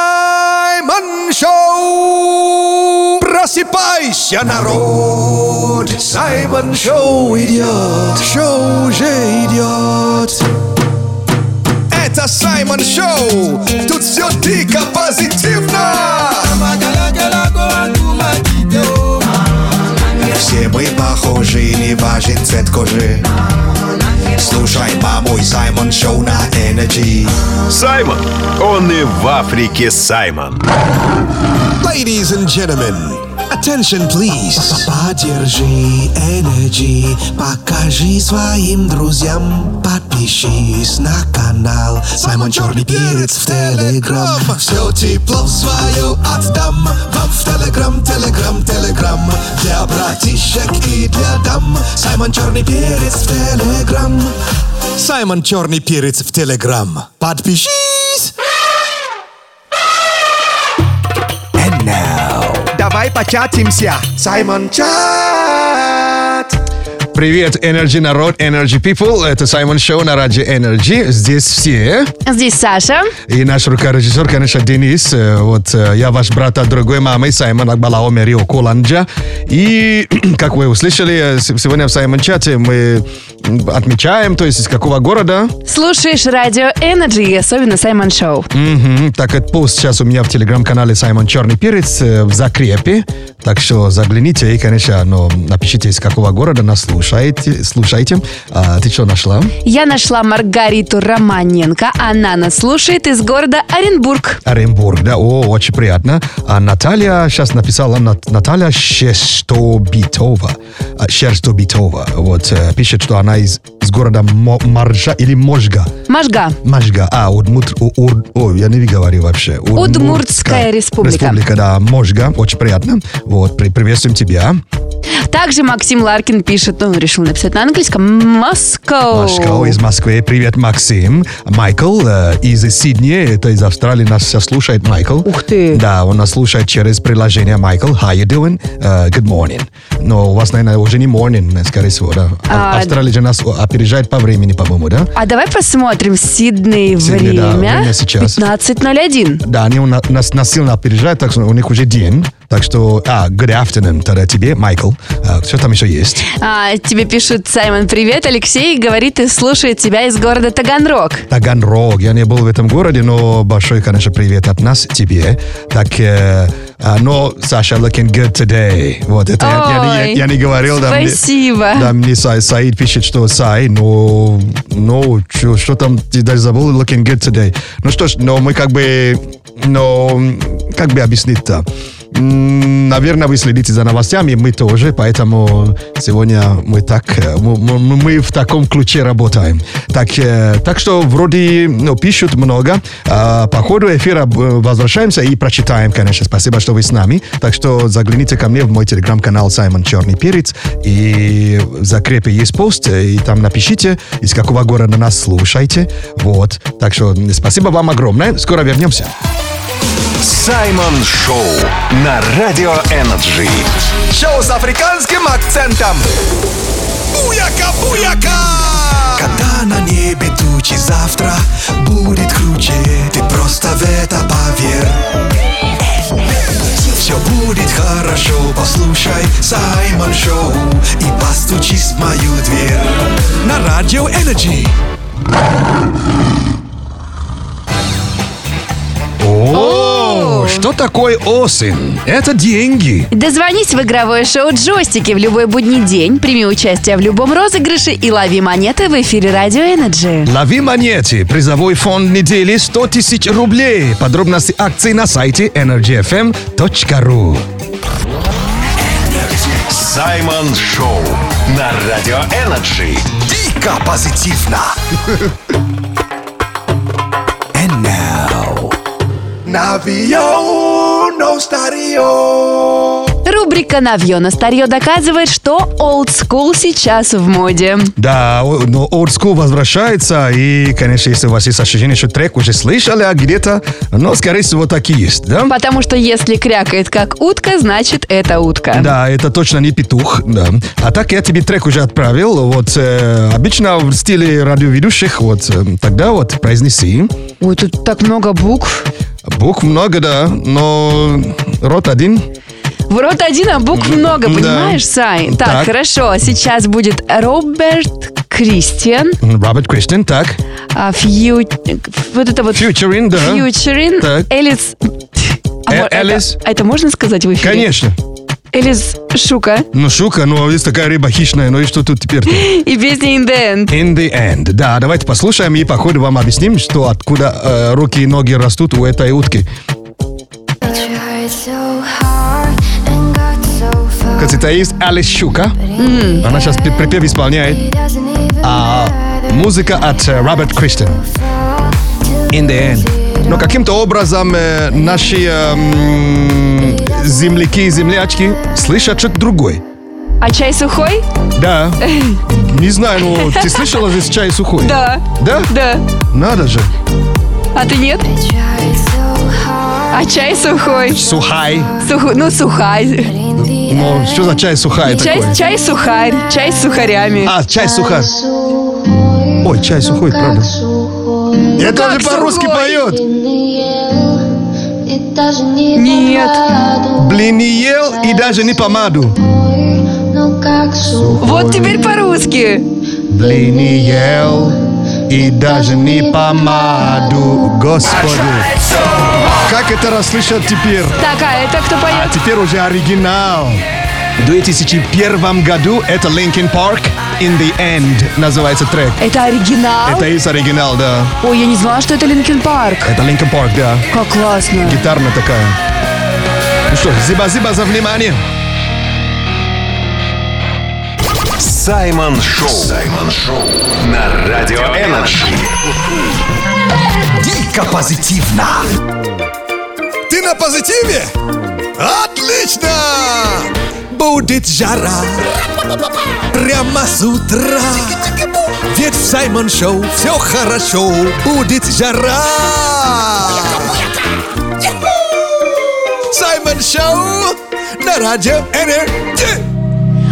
Саймон Шоу! Просыпайся, народ! Саймон Шоу идет! Шоу уже идет! Это Саймон Шоу! Тут все дико позитивно! Все мы похожи, не важен цвет кожи Слушай, мамой, Саймон Шоу на Energy Саймон. Он и в Африке Саймон. Ladies and gentlemen, attention please. Поддержи Energy, покажи своим друзьям. Подпишись на канал Саймон Черный Перец в Телеграм. Все тепло свое отдам вам в Телеграм, Телеграм, Телеграм. Для братишек и для дам Саймон Черный Перец в Телеграм. Саймон Черный Перец в Телеграм. Подпишись! Давай початимся. Саймон Чат. Привет, Energy народ, Energy people. Это Саймон Шоу на Радио Energy. Здесь все. Здесь Саша. И наш рукорежиссер, конечно, Денис. Э, Вот э, я ваш брат от другой мамы, Саймон Акбалао Мерио Коланджа. И, как вы услышали, э, с- сегодня в Саймон Чате мы м, отмечаем, то есть из какого города. Слушаешь радио Energy и особенно Саймон Шоу. Мгм. Так, этот пост сейчас у меня в телеграм-канале Саймон Черный Перец э, в закрепе. Так что загляните и, конечно, ну, напишите, из какого города нас слушаете. слушаете. А, ты что нашла? Я нашла Маргариту Романенко. Она нас слушает из города Оренбург. Оренбург, да, о, очень приятно. А Наталья сейчас написала, Нат- Наталья Шерстобитова, А, Шерстобитова, вот, э, пишет, что она из, из города Мо- Маржа или Можга, Можга. Можга, а, Удмурт, У- Ур- ой, я не говорю вообще. Удмуртская республика. Республика, да, Можга, очень приятно, вот, при- приветствуем тебя. Также Максим Ларкин пишет, он решил написать на английском, Москва. Машка из Москвы, привет, Максим. Майкл э, из Сидней, это из Австралии, нас сейчас слушает Майкл. Ух ты. Да, он нас слушает через приложение Майкл. How you doing? Э, good morning. Но у вас, наверное, уже не morning, э, скорее всего, да? А- А- Австралия же нас опережает по времени, по-моему, да? А давай посмотрим Сидней Сидней, да, время. время сейчас. 15.01. Да, они у на- нас насильно опережают, так что у них уже день. Так что, а, good afternoon тогда тебе, Майкл. А, что там еще есть? А, тебе пишут, Саймон, привет, Алексей, говорит и слушает тебя из города Таганрог. Таганрог. Я не был в этом городе, но большой, конечно, привет от нас тебе. Так, э, а, но Саша looking good today. Вот это я, я не- я- Ой, я не говорил. Ну да, мне- спасибо. Да, мне Са- Саид пишет, что Сай, но, но чё- что там, ты даже забыл looking good today. Ну что ж, но мы как бы, но как бы объяснить-то? М, Наверное, вы следите за новостями, мы тоже, поэтому сегодня мы так, э, мы, мы- мы в таком ключе работаем. Так, э, так что вроде, ну, пишут много. А по ходу эфира э, возвращаемся и прочитаем, конечно. Спасибо, что вы с нами. Так что загляните ко мне в мой телеграм-канал Саймон Черный Перец. И в закрепе есть пост, э, и там напишите, из какого города нас слушаете. Вот. Так что м, спасибо вам огромное. Скоро вернемся. Саймон Шоу на Радио Энерджи. Шоу с африканским акцентом. Буяка, буяка! Когда на небе тучи завтра будет круче, ты просто в это поверь. Все будет хорошо, послушай Саймон Шоу и постучись в мою дверь. На Радио Энерджи. О, что такое осень? Это деньги. Дозвонись в игровое шоу «Джойстики» в любой будний день, прими участие в любом розыгрыше и лови монеты в эфире «Радио Энерджи». Лови монеты. Призовой фонд недели 100 тысяч рублей. Подробности акции на сайте energyfm.ru Саймон Шоу на Радио Энерджи. Дико позитивно. And now. Navio no stario. Рубрика «Навье на старье» доказывает, что олдскул сейчас в моде. Да, о- но old school возвращается, и, конечно, если у вас есть ощущение, что трек уже слышали, а где-то, но, скорее всего, так и есть, да? Потому что если крякает как утка, значит это утка. Да, это точно не петух, да. А так я тебе трек уже отправил, вот, э, обычно в стиле радиоведущих, вот, э, тогда вот произнеси. Ой, тут так много букв. Букв много, да, но рот один. В рот один, а букв много, да. понимаешь, Сай? Так, Так. хорошо. Сейчас будет Роберт Кристиан, Роберт Кристин, так. а, фью... вот это вот Фьючерин, да. фьючерин, Так. Элис... А Э- мо- это- Элис? а это можно сказать в эфире? Конечно. Элис Шука Ну, шука, ну, есть такая рыба хищная, ну и что тут теперь-то? и песня In the End. In the end. Да, давайте послушаем и по ходу вам объясним, что откуда э, руки и ноги растут у этой утки. I tried so hard and got so far. Кстати, это есть Алис Щука. Она сейчас припев исполняет. It doesn't even А matter. музыка от э, Роберт Кристен. Fall to In the end. Но каким-то образом э, наши э, м, земляки и землячки слышат что-то другое. А чай сухой? Да. Не знаю, ну ты слышала здесь чай сухой? Да. Да? Да. Надо же. А ты нет? I tried so hard, А чай сухой. Сухай. Суху- Ну, сухарь. but in the end, Ну, что за чай сухая такой? Чай, чай сухарь. Чай с сухарями. А, чай сухой. Ой, чай сухой, правда. Я как тоже по-русски сухой? поет. И даже не Нет. помаду, Блин, не ел и даже не помаду. ну как сухой. Вот теперь по-русски. Блин, не ел и даже не помаду. Господи. Как это расслышал теперь? Так, а это кто А поет? теперь уже оригинал. В 2001 году это Linkin Park In the End называется трек. Это оригинал? Это из оригинал, да. Ой, я не знала, что это Линкен Парк. Это Linkin Park, да. Как классно. Гитарная такая. Ну что, зиба-зиба за внимание. Саймон Шоу. Саймон Шоу. На Радио Энерджи. Дико позитивно. Ты на позитиве? Отлично! Будет жара Прямо с утра Ведь в Саймон Шоу все хорошо Будет жара Саймон Шоу на радио Энерджи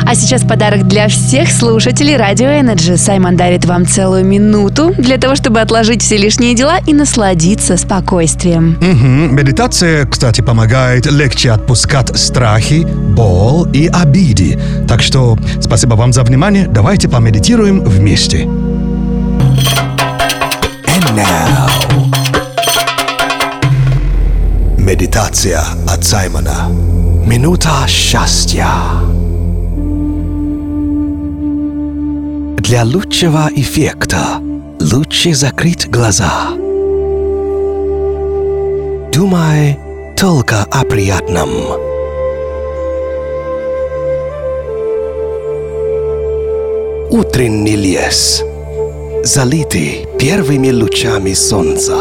А сейчас подарок для всех слушателей Радио Энерджи. Саймон дарит вам целую минуту для того, чтобы отложить все лишние дела и насладиться спокойствием. Мгм. Медитация, кстати, помогает легче отпускать страхи, боль и обиды. Так что спасибо вам за внимание. Давайте помедитируем вместе. And now. Медитация от Саймона. Минута счастья. Для лучшего эффекта лучше закрыть глаза. Думай только о приятном. Утренний лес залиты первыми лучами солнца.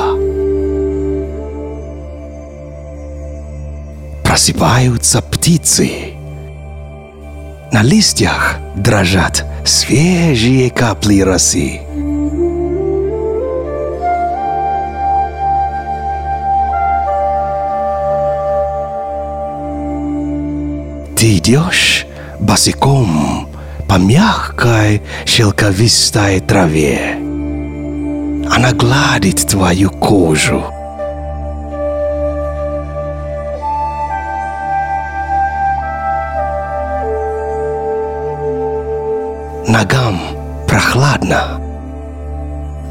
Просыпаются птицы. На листьях дрожат свежие капли росы. Ты идешь босиком по мягкой шелковистой траве. Она гладит твою кожу. Ногам прохладно,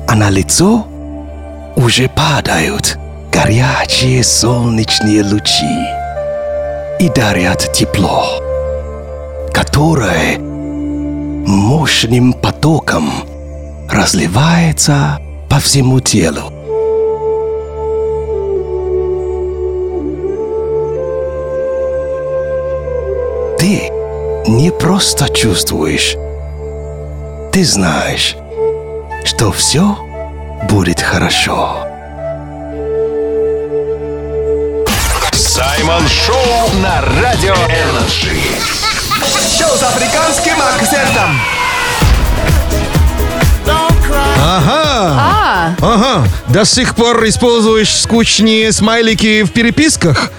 а на лицо уже падают горячие солнечные лучи и дарят тепло, которое мощным потоком разливается по всему телу. Ты не просто чувствуешь, ты знаешь, что все будет хорошо. Саймон Шоу на Радио Энерджи. Шоу с африканским акцентом. Ага, А, ага. До сих пор используешь скучные смайлики в переписках?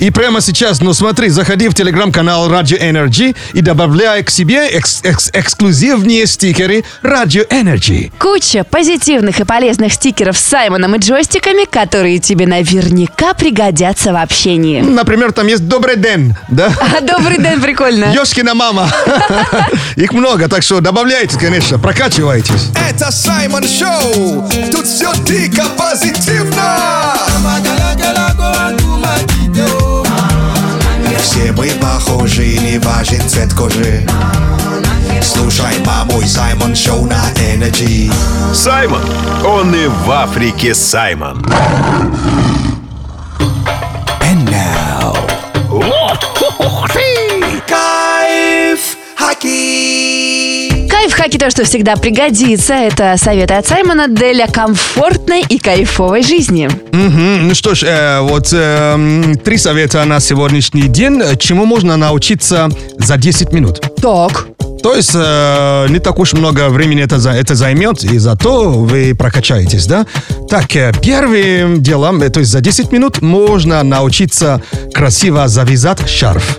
И прямо сейчас, ну смотри, заходи в телеграм-канал Radio Energy и добавляй к себе экс- экс- эксклюзивные стикеры Radio Energy. куча позитивных и полезных стикеров с Саймоном и джойстиками, которые тебе наверняка пригодятся в общении. Например, там есть «Добрый день», да? А, добрый день, прикольно. Ёшкина мама. Их много, так что добавляйте, конечно, прокачивайтесь. Это Саймон Шоу. Тут все дико позитивно. Все мы похожи, не важен цвет кожи. Слушай, мамой Саймон Шоу на Energy. Саймон. Он и в Африке Саймон. Кайф Хаки. Кайф хаки то, что всегда пригодится. Это советы от Саймона для комфортной и кайфовой жизни. Мгм. Ну что ж, э, вот эм, три совета на сегодняшний день, э, чему можно научиться за 10 минут. Так. То есть э, не так уж много времени это, за, это займет, и зато вы прокачаетесь, да? Так, э, первым делом, э, то есть за 10 минут можно научиться красиво завязать шарф.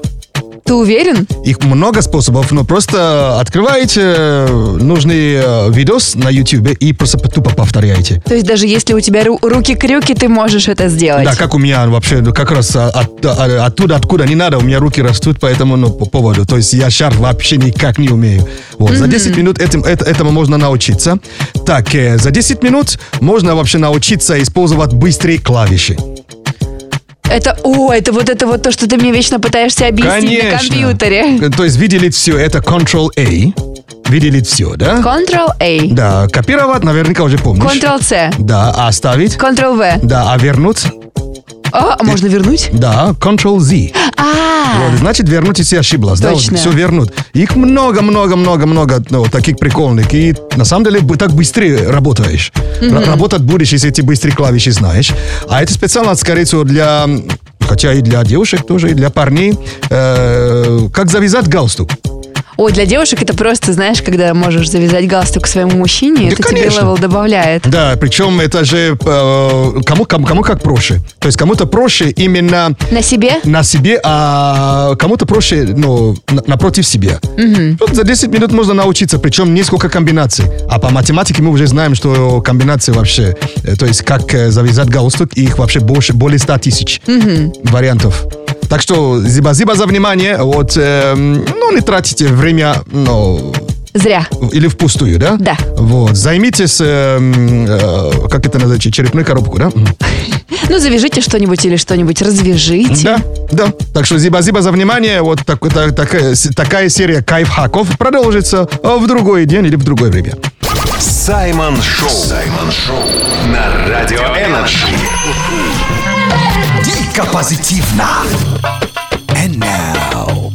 Ты уверен? Их много способов, но просто открываете э, нужный э, видос на YouTube и просто тупо повторяете. То есть даже если у тебя ру- руки-крюки, ты можешь это сделать? Да, как у меня вообще, ну, как раз а, от- а, оттуда, откуда не надо, у меня руки растут по этому ну, по поводу. То есть я шар вообще никак не умею. Вот, за 10 минут этим, эт- этому можно научиться. Так, э, за 10 минут можно вообще научиться использовать быстрые клавиши. Это, о, это вот это вот то, что ты мне вечно пытаешься объяснить на компьютере. Э, То есть видели все, это Ctrl-A. Видели все, да? Ctrl-A, да, копировать наверняка уже помнишь. Ctrl-C, Да, а оставить. Ctrl-V. Да, а вернуть. О, а можно вернуть? Да, Ctrl-Z. А, Вот, значит, вернуть, если ошиблась. Да, вот Точно. все вернут. Их много-много-много-много ну, таких прикольных. И на самом деле бы- так быстрее работаешь. Р- работать будешь, если эти быстрые клавиши знаешь. А это специально, скорее всего, для... м, Хотя и для девушек тоже, и для парней. э, как завязать галстук. ой, для девушек это просто, знаешь, когда можешь завязать галстук своему Да, мужчине, это тебе конечно. левел добавляет. Да, причем это же э, кому, кому, кому как проще. То есть кому-то проще именно На себе? на себе, а кому-то проще, ну, на- напротив себя. Вот За 10 минут можно научиться, причем несколько комбинаций. А по математике мы уже знаем, что комбинации вообще, э, то есть как э, завязать галстук, их вообще больше, более 100 тысяч вариантов. Так что зиба-зиба за внимание, вот, эм, ну, не тратите время, ну, Зря. или впустую, да? Да. Вот, займитесь, эм, э, как это называется, черепную коробку, да? М. Ну, завяжите что-нибудь или что-нибудь развяжите. Да, да. Так что зиба-зиба за внимание. Вот так- та- такая, с- такая серия кайфхаков продолжится э, в другой день или в другое время. Саймон Шоу. Саймон Шоу. На Радио Энерджи. Дико позитивно. And now.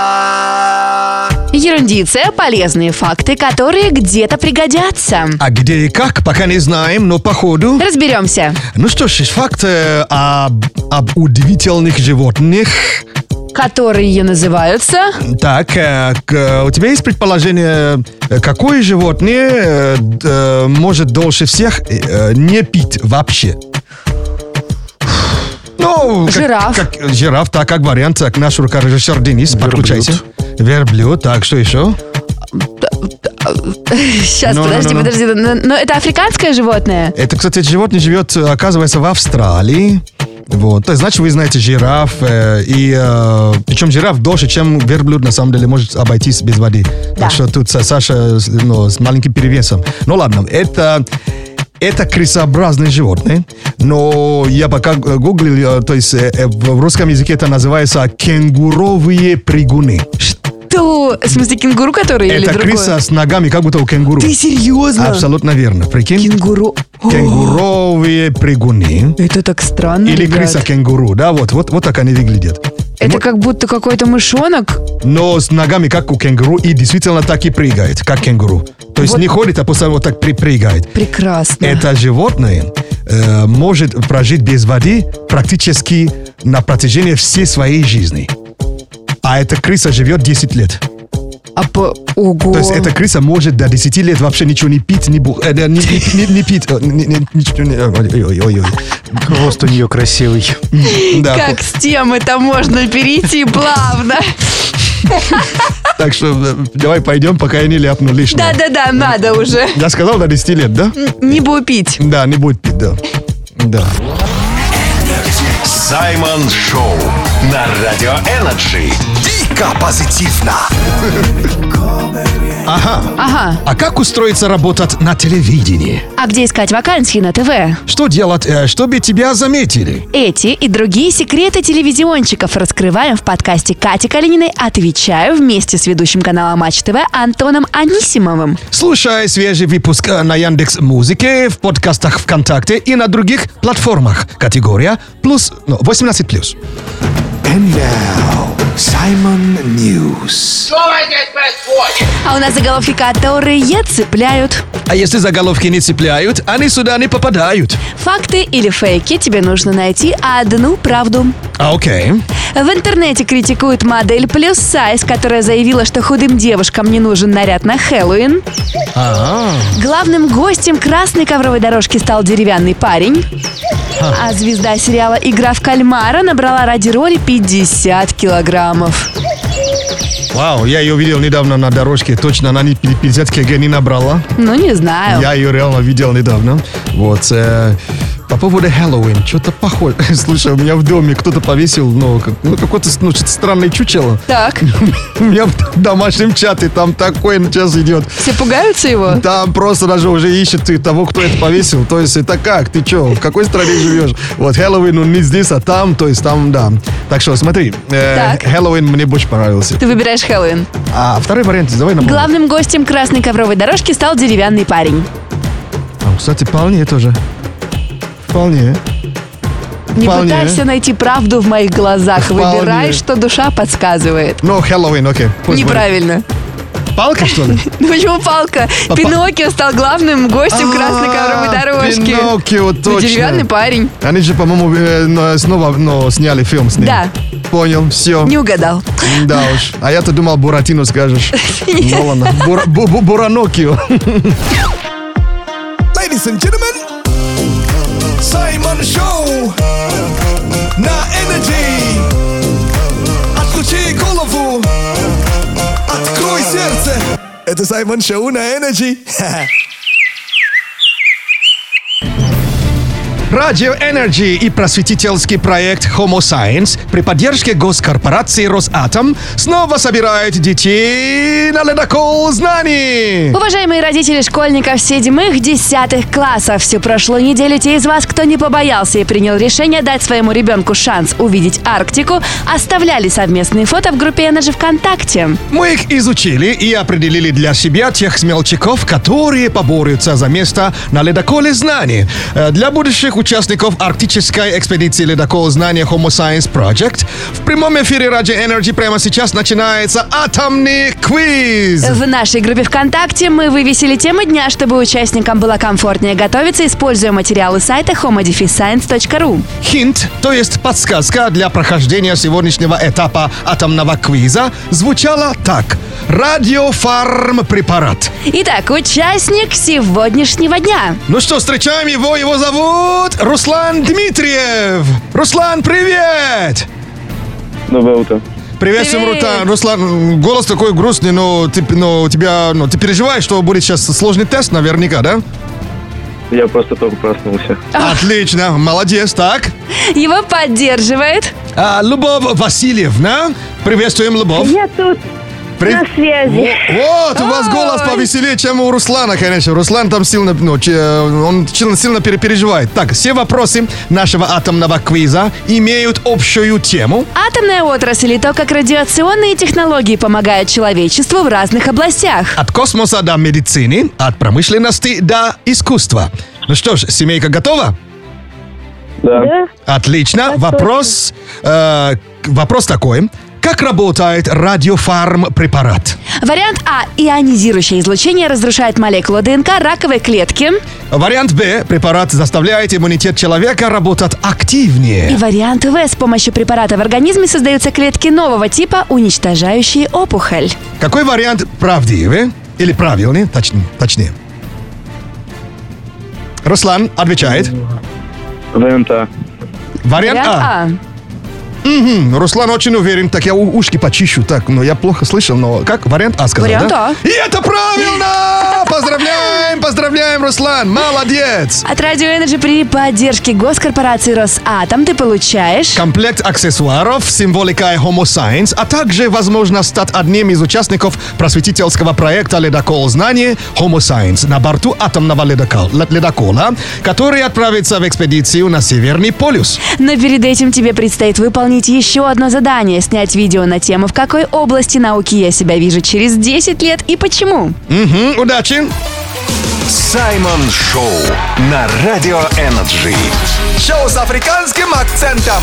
Ерундиция. Ерундиция – полезные факты, которые где-то пригодятся. А где и как, пока не знаем, но походу... Разберемся. Ну что ж, факт э, об, об удивительных животных. Которые называются... Так, э, к- э, у тебя есть предположение, э, какое животное э, д- э, может дольше всех э, э, не пить вообще? Ну, как- Жираф. как- э, жираф, так как вариант, так наш рукорежиссер Денис, подключайся. Верблюд, так, что еще? Сейчас, Ну, ну, ну, подожди, ну. подожди. Но, но это африканское животное? Это, кстати, животное живет, э, оказывается, в Австралии. Вот, то есть, значит, вы знаете жираф, э, и э, причем жираф дольше, чем верблюд, на самом деле, может обойтись без воды. Да. Так что тут Са- Саша с- ну, с маленьким перевесом. Ну ладно, это, это крысообразное животное, но я пока г- гуглил, э, то есть э, э, в русском языке это называется кенгуровые прыгуны. То, в смысле, кенгуру, который или это другое? крыса с ногами, как будто у кенгуру. Ты серьезно? Абсолютно верно, прикинь. Кенгуру. О, Кенгуровые прыгуны. это так странно, Или ребят. крыса-кенгуру, да, вот, вот, вот так они выглядят. Это Мо- как будто какой-то мышонок. Но с ногами, как у кенгуру, и действительно так и прыгает, как кенгуру. То есть Вот. не ходит, а просто вот так при- прыгает. Прекрасно. Это животное э, э, может прожить без воды практически на протяжении всей своей жизни. А эта крыса живет 10 лет. А по... Ого. То есть эта крыса может до 10 лет вообще ничего не пить, не, бу- э, да, не, не- не- не пить. э, не- не- ничего не- ой, ой, ой, ой. Хвост у нее красивый. Да, Как с темы-то можно перейти плавно? Так что э, давай пойдем, пока я не ляпну лишнего. Да-да-да, надо уже. Я сказал до 10 лет, да? Не бупить. Да, не будет пить, да. Да. Саймон Шоу на Радио Энерджи. Дико позитивно. Ага. Ага. А как устроиться работать на телевидении? А где искать вакансии на ТВ? Что делать, э, чтобы тебя заметили? Эти и другие секреты телевизионщиков раскрываем в подкасте Кати Калининой «Отвечаю» вместе с ведущим канала Матч ТВ Антоном Анисимовым. Слушай свежий выпуск э, на Яндекс Музыке, в подкастах ВКонтакте и на других платформах. Категория плюс, ну, 18 плюс. And now, Simon News. А у нас заголовки, которые цепляют. А если заголовки не цепляют, они сюда не попадают. Факты или фейки, тебе нужно найти одну правду. А, окей. В интернете критикуют модель плюс сайз, которая заявила, что худым девушкам не нужен наряд на Хэллоуин. А, Главным гостем красной ковровой дорожки стал деревянный парень. А звезда сериала «Игра в кальмара» набрала ради роли 50 килограммов. вау, я ее видел недавно на дорожке. Точно, она не 50 кг не набрала. Ну, не знаю. Я ее реально видел недавно. Вот. э, по поводу Хэллоуин, что-то похоже. Слушай, у меня в доме кто-то повесил, ну, как- ну, какое-то ну, что-то странное чучело. Так, У меня в домашнем чате там такой сейчас идет. все пугаются его? Там просто даже уже ищет ты того, кто это повесил. То есть это как? Ты что? В какой стране живешь? Вот Хэллоуин, он не здесь, а там. То есть там, да. Так что смотри, э, Так. Хэллоуин мне больше понравился. Ты выбираешь Хэллоуин. А второй вариант, давай нам. Главным гостем красной ковровой дорожки стал деревянный парень. А, Кстати, вполне тоже. Вполне. Не Вполне. пытайся найти правду в моих глазах. Вполне. Выбирай, что душа подсказывает. Ну, Хэллоуин, окей. Пусть будет. Неправильно. Палка, что ли? Ну почему палка? Папа- Пиноккио стал главным гостем красной ковровой А, дорожки. Пиноккио, Ну, точно. Деревянный парень. Они же, по-моему, э, но- снова но, сняли фильм с ним. Да. Понял, все. Не угадал. Да уж. А я-то думал, Буратино скажешь. Ну ладно. Бура- бу- бу- Буранокио. Ladies and gentlemen, Саймон Шоу на Energy. Отключи голову, открой сердце. Это Саймон Шоу на Energy. Радио Energy и просветительский проект Homo Science при поддержке госкорпорации Росатом снова собирает детей на ледокол знаний. Уважаемые родители школьников седьмых, десятых классов, всю прошлую неделю те из вас, кто не побоялся и принял решение дать своему ребенку шанс увидеть Арктику, оставляли совместные фото в группе Energy ВКонтакте. Мы их изучили и определили для себя тех смелчаков, которые поборются за место на ледоколе знаний. Э, Для будущих участников арктической экспедиции ледокол знания Homo Science Project в прямом эфире Ради Energy прямо сейчас начинается атомный квиз. Э, В нашей группе ВКонтакте мы вывесили темы дня, чтобы участникам было комфортнее готовиться, используя материалы сайта homodefiscience.ru. Хинт, то есть подсказка для прохождения сегодняшнего этапа атомного квиза, звучала так. Радиофармпрепарат. Итак, участник сегодняшнего дня. Ну что, встречаем его. Его зовут Руслан Дмитриев. Руслан, привет! Доброе утро. Приветствуем, Привет. Рута- Руслан. М, Голос такой грустный, но ты, но у тебя, ну, ты переживаешь, что будет сейчас сложный тест, наверняка, да? Я просто только проснулся. Отлично, молодец, так. Его поддерживает А, Любовь Васильевна, приветствуем, Любовь. Я тут При- на связи. Вот, у вас Ой. голос повеселее, чем у Руслана, конечно. Руслан там сильно, ну, че- он сильно, сильно перепереживает. Так, все вопросы нашего атомного квиза имеют общую тему. атомная отрасль и то, как радиационные технологии помогают человечеству в разных областях. От космоса до медицины, от промышленности до искусства. Ну что ж, семейка готова? Да. Да? Отлично. вопрос, э, к- вопрос такой. Как работает радиофарм-препарат? Вариант А. Ионизирующее излучение разрушает молекулу ДНК раковой клетки. Вариант Б. Препарат заставляет иммунитет человека работать активнее. И вариант В. С помощью препарата в организме создаются клетки нового типа, уничтожающие опухоль. Какой вариант правдивый? Или правильный, точнее, точнее. Руслан отвечает. Вариант А. Вариант А. М, Руслан очень уверен. Так я у- ушки почищу. Так, но я плохо слышал, но как? Вариант А сказал, Вариант да? А. И это правильно! Поздравляем, поздравляем, Руслан! Молодец! От Радио Energy при поддержке госкорпорации Росатом ты получаешь... Комплект аксессуаров, символика и Homo Science, а также возможность стать одним из участников просветительского проекта «Ледокол знаний Homo Science» на борту атомного ледокол- лед- ледокола, который отправится в экспедицию на Северный полюс. Но перед этим тебе предстоит выполнить еще одно задание. Снять видео на тему, в какой области науки я себя вижу через 10 лет и почему. Мгм, удачи! Саймон Шоу на Радио Энерджи. Шоу с африканским акцентом.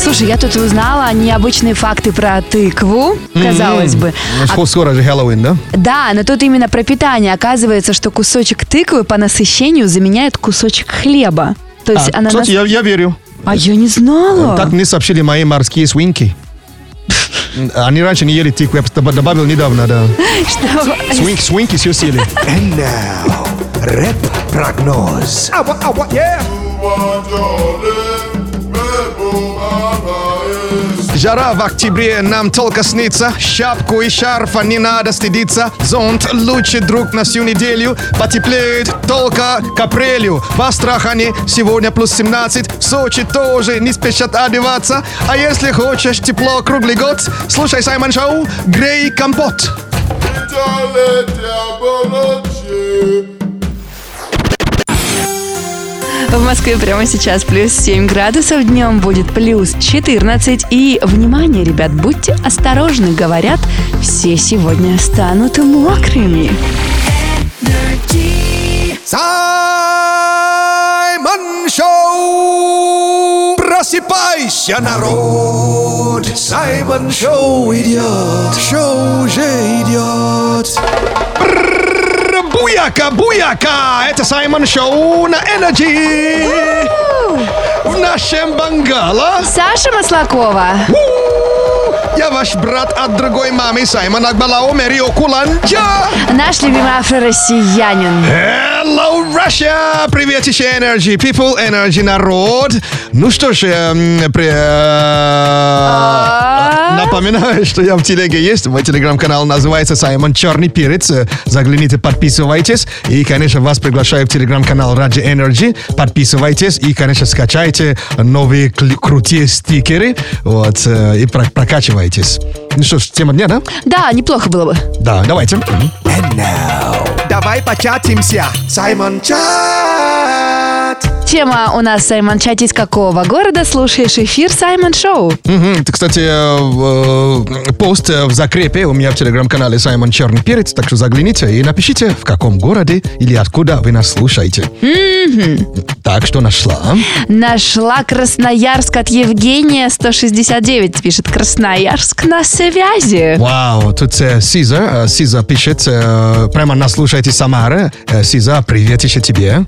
Слушай, я тут узнала необычные факты про тыкву, казалось бы. А- Скоро же Хэллоуин, да? да, но тут именно про питание. Оказывается, что кусочек тыквы по насыщению заменяет кусочек хлеба. То есть А, она кстати, я, я верю. А я не знала. Так мне сообщили мои морские свинки. Они раньше не ели тыкву, я просто добав- добавил недавно, да. Что- Свинки, свинки все съели. And now, рэп-прогноз. Жара в октябре нам только снится. Шапку и шарфа не надо стыдиться. Зонт лучше друг на всю неделю. Потеплеет только к апрелю. В Астрахани сегодня плюс 17. В Сочи тоже не спешат одеваться. А если хочешь тепло круглый год, слушай Саймон Шоу «Грей компот». В Москве прямо сейчас плюс 7 градусов, днем будет плюс 14. И, внимание, ребят, будьте осторожны, говорят, все сегодня станут мокрыми. Саймон Шоу! Просыпайся, народ! Саймон Шоу идет! Шоу уже идет! Буяка, буяка! Это Саймон Шоу на Energy! В нашем Бангала Саша Маслакова. я ваш брат от другой мамы Саймон Акбалао Мерио Куланджа! Наш любимый афро-россиянин. Hello, Russia! Приветище, Energy People, Energy народ! Ну что ж, эм, при- э, А, А, напоминаю, что я в телеге есть. Мой телеграм-канал называется Саймон Черный Перец. Э, Загляните, подписывайтесь. И, конечно, вас приглашаю в телеграм-канал Ради Energy. Подписывайтесь и, конечно, скачайте новые кл- крутые стикеры. Вот, э, и про- прокачивайтесь. Ну что ж, тема дня, да? Да, неплохо было бы. Да, давайте. Давай початимся! Саймон Чат! Тема у нас, Саймон, чат из какого города слушаешь эфир Саймон Шоу? Мгм. Это, кстати, э, в, э, пост э, в закрепе у меня в телеграм-канале Саймон Черный Перец, так что загляните и напишите, в каком городе или откуда вы нас слушаете. Так что нашла. Нашла Красноярск от Евгения 169, пишет Красноярск на связи. Вау, тут э, Сиза, э, Сиза пишет, э, прямо нас слушаете Самара. Э, Сиза, привет еще тебе.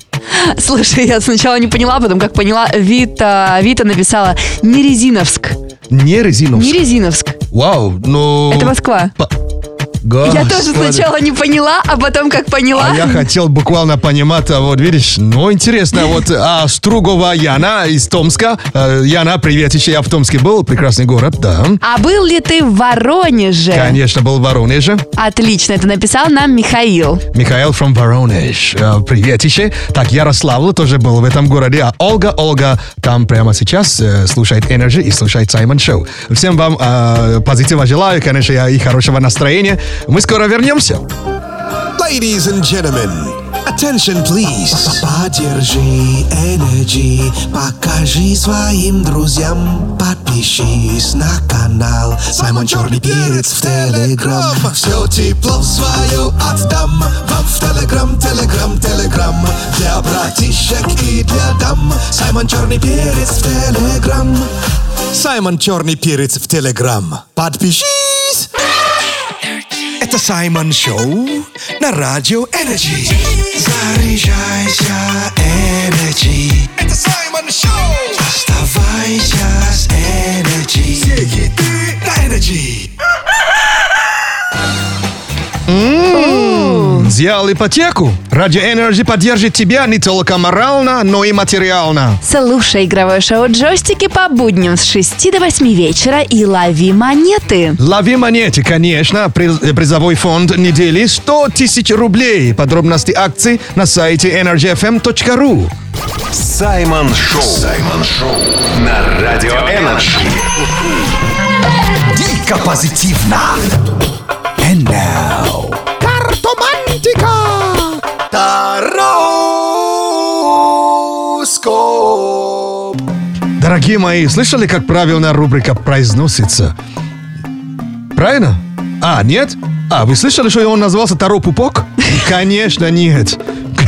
Слушай, я сначала не поняла, а потом как поняла, Вита, Вита написала не Резиновск, Не Резиновск. не Резиновск, Вау, ну... это Москва. По- Я Господи. тоже сначала не поняла, а потом как поняла. А я хотел буквально понимать, а вот видишь, ну интересно, вот а Стругова Яна из Томска. Э, Яна, привет, еще я в Томске был, прекрасный город, да. А был ли ты в Воронеже? Конечно, был в Воронеже. Отлично, это написал нам Михаил. Михаил from Воронеж. Э, Привет еще. Так, Ярославл тоже был в этом городе, а Олга, Олга там прямо сейчас э, слушает Energy и слушает Саймон Шоу. Всем вам э, позитива желаю, конечно, я и хорошего настроения. Мы скоро вернемся. Ladies and gentlemen, attention please. Поддержи Energy, покажи своим друзьям. Подпишись на канал Саймон Черный Перец в Телеграм. Все тепло свое отдам вам в Телеграм, Телеграм, Телеграм. Для братишек и для дам Саймон Черный Перец в Телеграм. Саймон Черный Перец в Телеграм. Подпишись! Это Саймон Шоу на Радио Энерджи. Заряжай Взял ипотеку? Радио Energy поддержит тебя не только морально, но и материально. Слушай игровое шоу «Джойстики» по будням с 6 до 8 вечера и лови монеты. Лови монеты, конечно. Приз- э, Призовой фонд недели 100 тысяч рублей. Подробности акций на сайте energyfm.ru. Саймон Шоу. Саймон Шоу. На Радио Энерджи. Дико позитивно. And now. Картомантика. Тароскоп. Дорогие мои, слышали, как правильно рубрика произносится? Правильно? А, нет? А, вы слышали, что он назывался Таро Пупок? Конечно, нет.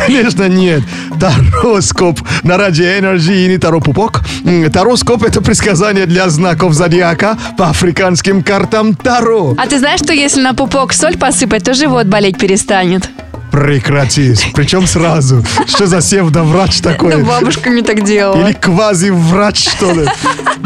Конечно, нет. Тароскоп на Радио Энерджи и не Таро Пупок. М, Тароскоп – это предсказание для знаков зодиака по африканским картам Таро. А ты знаешь, что если на пупок соль посыпать, то живот болеть перестанет? Прекрати. Причем сразу. Что за севдоврач такой? Ну, бабушка мне так делала. Или квази-врач, что ли?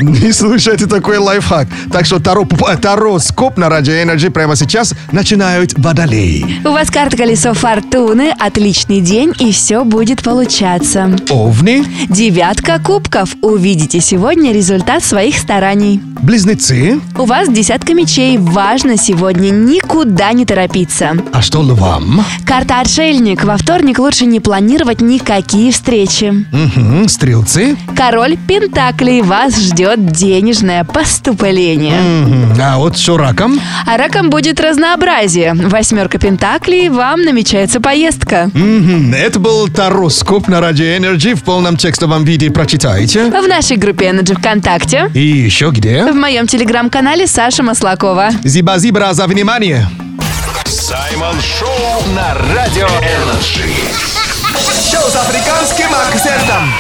Не слушайте такой лайфхак. Так что Таро, пупа- Таро Скоп на Радио Энерджи прямо сейчас начинают водолей. У вас карта колесо фортуны, отличный день и все будет получаться. Овни, Девятка кубков. Увидите сегодня результат своих стараний. близнецы, У вас десятка мечей. Важно сегодня никуда не торопиться. а что львам? Карта отшельник. Во вторник лучше не планировать никакие встречи. Мгм, стрелцы, Король Пентаклей. Вас ждет денежное поступление. Мгм, а вот что раком? А раком будет разнообразие. Восьмерка Пентаклей. Вам намечается поездка. Мгм, Это был Таро Скоп на Радио Энерджи. В полном текстовом виде прочитайте. В нашей группе Energy ВКонтакте. И еще В где? моем телеграм-канале Саша Маслакова. Зиба-зибра за внимание. Саймон Шоу. На Радио Энерджи. Шоу с африканским акцентом.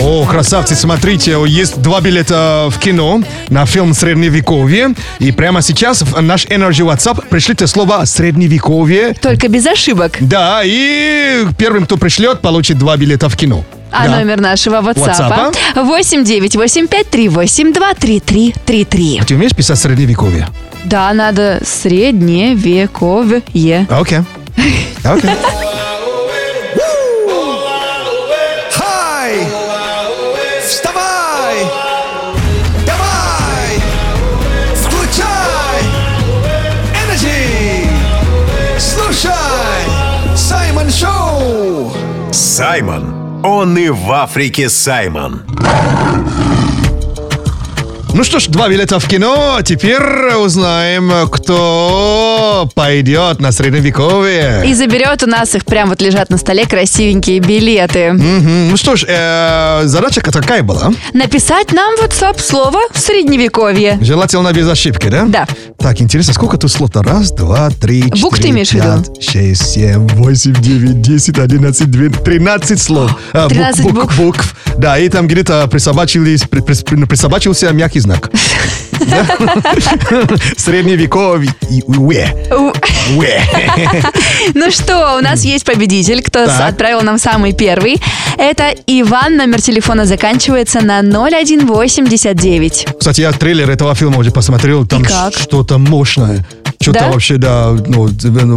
О, красавцы, смотрите, есть два билета в кино на фильм «Средневековье». И прямо сейчас в наш Energy WhatsApp пришлите слово «Средневековье». Только без ошибок. Да, и первым, кто пришлет, получит два билета в кино. А Да. номер нашего WhatsApp WhatsApp? 8985-382-3333. А Ты умеешь писать «Средневековье»? Да, надо средневековье. А, Окей. А, Окей. Хай! Вставай! Давай! Включай! Энерджи! Слушай! Саймон Шоу! Саймон. Он и в Африке Саймон. Ну что ж, два билета в кино. а Теперь узнаем, кто пойдет на «Средневековье». И заберет у нас их, прям вот лежат на столе красивенькие билеты. Мгм. Ну что ж, э, задача какая была? Написать нам WhatsApp слово «средневековье». Желательно без ошибки, да? Да. Так, интересно, сколько тут слота? Раз, два, три, четыре, Букв ты имеешь в виду? пять, шесть, семь, восемь, девять, десять, одиннадцать, две- тринадцать слов. А, бук- 13 бук- букв. букв. Да, и там где-то присобачились, при- при- присобачился мягкий знак. Да? Средневековье. У- Уэ. Ну что, у нас есть победитель, кто с- Так. отправил нам самый первый. Это Иван, номер телефона заканчивается на 0189. Кстати, я трейлер этого фильма уже посмотрел, там И как? что-то мощное. Что-то Да? вообще, да, ну,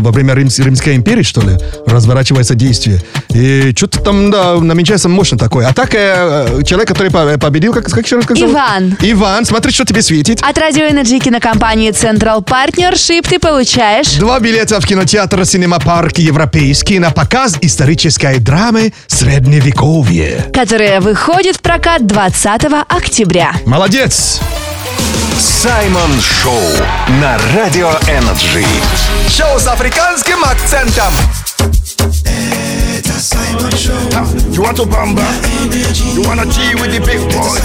во время Римс- Римской империи, что ли, разворачивается действие. И что-то там, да, намечается мощно такое. А так, э, э, человек, который по- победил, как, как еще раз сказал? Иван. Иван, смотри, что тебе светит. От радио Energy кинокомпании Central Partnership ты получаешь... Два билета в кинотеатр «Синема Парк Европейский» на показ исторической драмы «Средневековье». которая выходит в прокат 20 октября. Молодец! Саймон Шоу. На Радио Энерджи. Шоу с африканским акцентом! Это Саймон Шоу! You want to bamba? You wanna G with the big boy?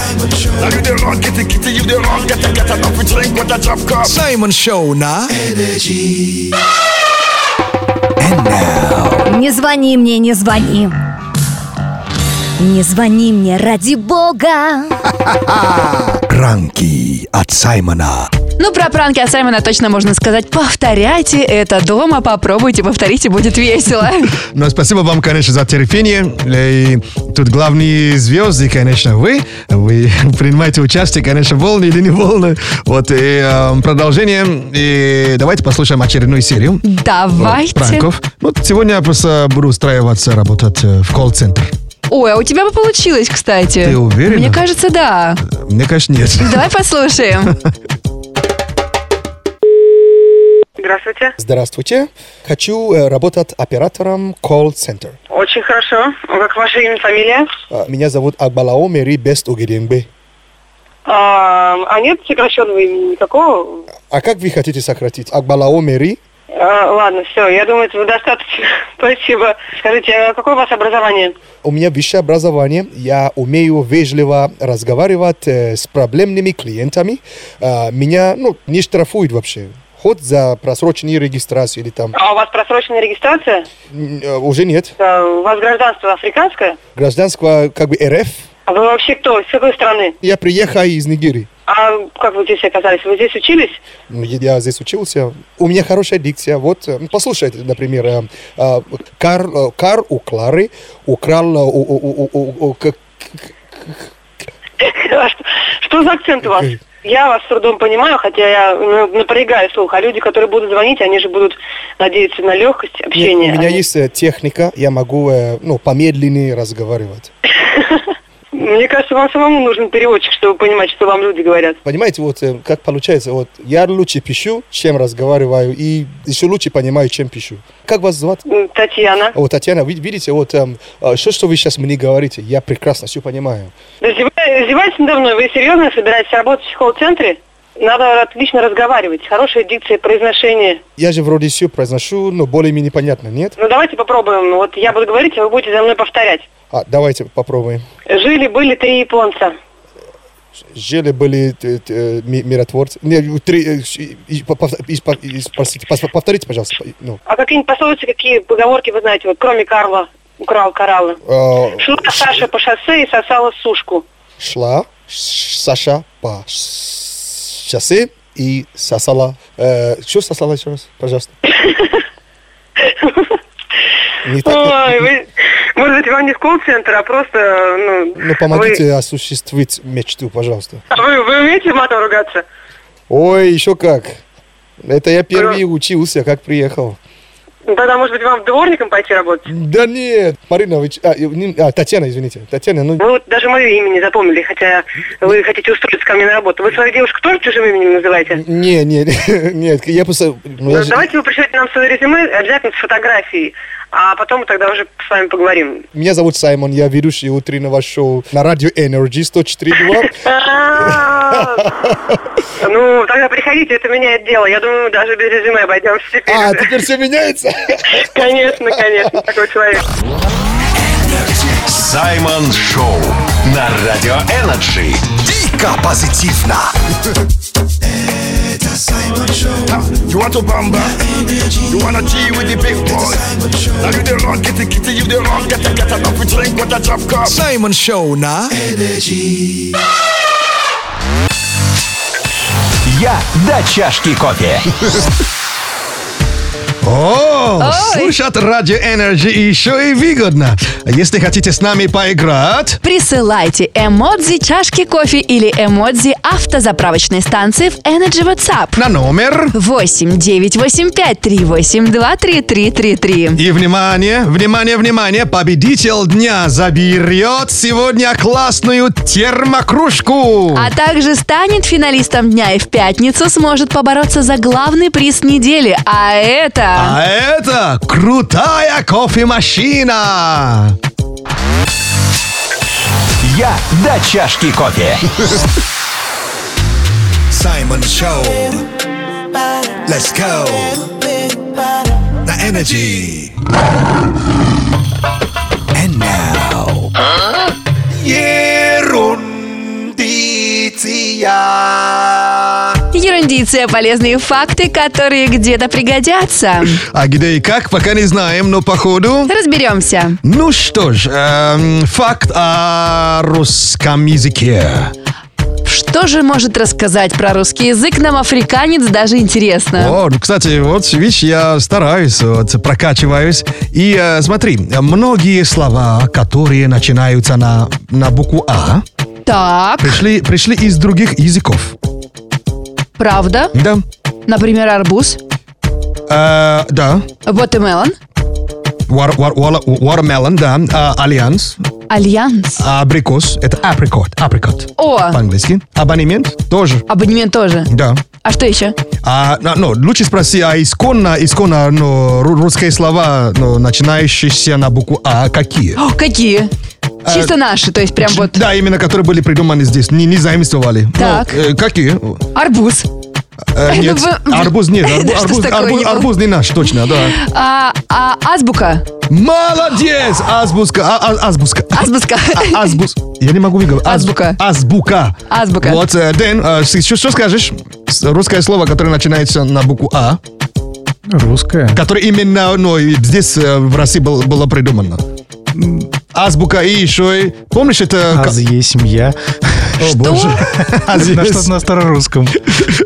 Now you the wrong, get the kitty, you the wrong, get the get a coffee drink with a drop cup. Саймон Шоу на Энерджи! Не звони мне, не звони. Не звони мне, ради бога. Пранки от Саймона. Ну, про пранки от Саймона точно можно сказать. Повторяйте это дома, попробуйте, повторите, будет весело. Но Ну, а спасибо вам, конечно, за терпение. И тут главные звезды, конечно, вы. Вы принимаете участие, конечно, волны или не волны. Вот, и э, продолжение. И давайте послушаем очередную серию. Давайте. Вот, пранков. Ну, Вот сегодня я просто буду устраиваться работать э, в колл-центр. Ой, а у тебя бы получилось, кстати. Ты уверена? Мне кажется, да. Мне, конечно, нет. Давай послушаем. Здравствуйте. Здравствуйте. Хочу э, работать оператором Call Center. Очень хорошо. Как ваше имя, фамилия? Э, Меня зовут Акбалао Мери Бест Угиденбе. А, а нет сокращенного имени никакого? А как вы хотите сократить? Акбалао Мери? А, ладно, все, я думаю, этого достаточно. Спасибо. Скажите, а какое у вас образование? У меня высшее образование. Я умею вежливо разговаривать э, с проблемными клиентами. Э, Меня ну, не штрафуют вообще. Ход за просроченную регистрацию или там... А у вас просроченная регистрация? м, э, Уже нет. А, у вас гражданство африканское? Гражданство как бы РФ. А вы вообще кто? С какой страны? Я приехал из Нигерии. А как вы здесь оказались? Вы здесь учились? Ну, Я я здесь учился. У меня хорошая дикция. Вот, э, ну, послушайте, например, э, э, Кар, э, Кар у Клары украл э, у, у- у- у- у- к- А что- Что за акцент у вас? Я вас с трудом понимаю, хотя я ну, напрягаю слух. А люди, которые будут звонить, они же будут надеяться на легкость Нет, общения. у меня есть э, техника, я могу э, ну, помедленнее разговаривать. Мне кажется, вам самому нужен переводчик, чтобы понимать, что вам люди говорят. Понимаете, вот э, как получается, вот я лучше пишу, чем разговариваю, и еще лучше понимаю, чем пишу. Как вас звать? М, Татьяна. Вот, Татьяна, ви- видите, вот эм, э, что, что вы сейчас мне говорите, я прекрасно все понимаю. Зевай- Издеваетесь надо мной? Вы серьезно собираетесь работать в колл-центре? Надо отлично разговаривать. Хорошая дикция, произношение. Я же вроде все произношу, но более-менее понятно, нет? Ну, давайте попробуем. Вот я буду говорить, а вы будете за мной повторять. А, давайте попробуем. Жили-были три японца. Жили-были э, э, ми- миротворцы. Не, три, э, и- и- по- пов- и- по- и- простите, пос- повторите, пожалуйста. по- ну. А какие-нибудь пословицы, какие поговорки вы знаете? Вот кроме Карла украл кораллы. Э, Шла Саша по шоссе и сосала сушку. шла Ш- Саша по ш- шоссе и сосала. э, что сосала еще раз, пожалуйста? Не так, ну, Ой, вы... Может быть, вам не в колл-центр, а просто, ну... ну помогите осуществить мечту, пожалуйста. Вы, вы, вы умеете матом ругаться? Ой, еще как. Это я первый учился, как приехал. Ну, Тогда, может быть, вам дворником пойти работать? Да нет, Марина, вы ч- а, э, не- а, Татьяна, извините. Татьяна, ну... Вы вот даже мое имя не запомнили, хотя вы хотите устроиться ко мне на работу. Вы свою девушку тоже чужим именем называете? Не, не, нет, я просто... ну, я Ну, же- давайте вы пришлете нам свое резюме, обязательно с фотографией, а потом мы тогда уже с вами поговорим. Меня зовут Саймон, я ведущий утреннего шоу на радио Energy 104.2. Ну, тогда приходите, это меняет дело. Я думаю, мы даже без резюме обойдемся теперь. А, теперь все меняется? Конечно, конечно, такой человек. Саймон Шоу на Радио Энерджи. Дико позитивно. Это Саймон Шоу. You want to bamba? You wanna G with the big boys? Now you the wrong, get the kitty, you the wrong, get the get the up, we drink with the drop cup. Саймон Шоу на Энерджи. Я до чашки кофе. О, Ой. слушат Радио Энерджи еще и выгодно. Если хотите с нами поиграть, Присылайте эмодзи чашки кофе или эмодзи автозаправочной станции в Energy WhatsApp. На номер 8 985 382 3333. И внимание, внимание, внимание, победитель дня заберет сегодня классную термокружку. А также станет финалистом дня и в пятницу сможет побороться за главный приз недели. А это... А это крутая кофемашина. Я до чашки кофе. Саймон Шоу. Let's go. На Energy. And now. Ерундиция. Ерундиция, полезные факты, которые где-то пригодятся. А где и как, пока не знаем, но походу... Разберемся. Ну что ж, эм, факт о русском языке. Что же может рассказать про русский язык нам африканец, даже интересно. О, ну, кстати, вот, видишь, я стараюсь, вот, прокачиваюсь. И э, смотри, многие слова, которые начинаются на, на букву «А», Так, пришли, пришли из других языков. правда? Да. Например, арбуз, Э, да. watermelon, War, war, war, watermelon, да. А, Альянс. альянс. Абрикос. Это apricot. Apricot. О, По-английски. Абонемент тоже. абонемент тоже. Да. А что еще? А, на- ну, лучше спроси, а исконно, исконно ну, ру- русские слова, ну, начинающиеся на букву А, какие? О, какие? Э, Чисто наши, то есть прям вот Да, именно которые были придуманы здесь, не, не заимствовали. Ну, Так. э, какие? арбуз. Э, Ну, нет, вы- арбуз нет, Да арбу- что ж арбуз, такое арбуз- не было? арбуз не наш, точно, да. А, а, азбука. Молодец! Азбуска, а- а- азбуска. Азбуска. А- азбус. Я не могу выговорить. Аз- Азбука. Азбука. Азбука. Вот, э, Дэн, э, с- что, что скажешь? С- Русское слово, которое начинается на букву А, Русская. которое именно ну, и здесь, э, в России, был- было придумано. Азбука и еще и... Помнишь, это... Аз А есть семья. О, боже. Аз На есть. что-то на старорусском.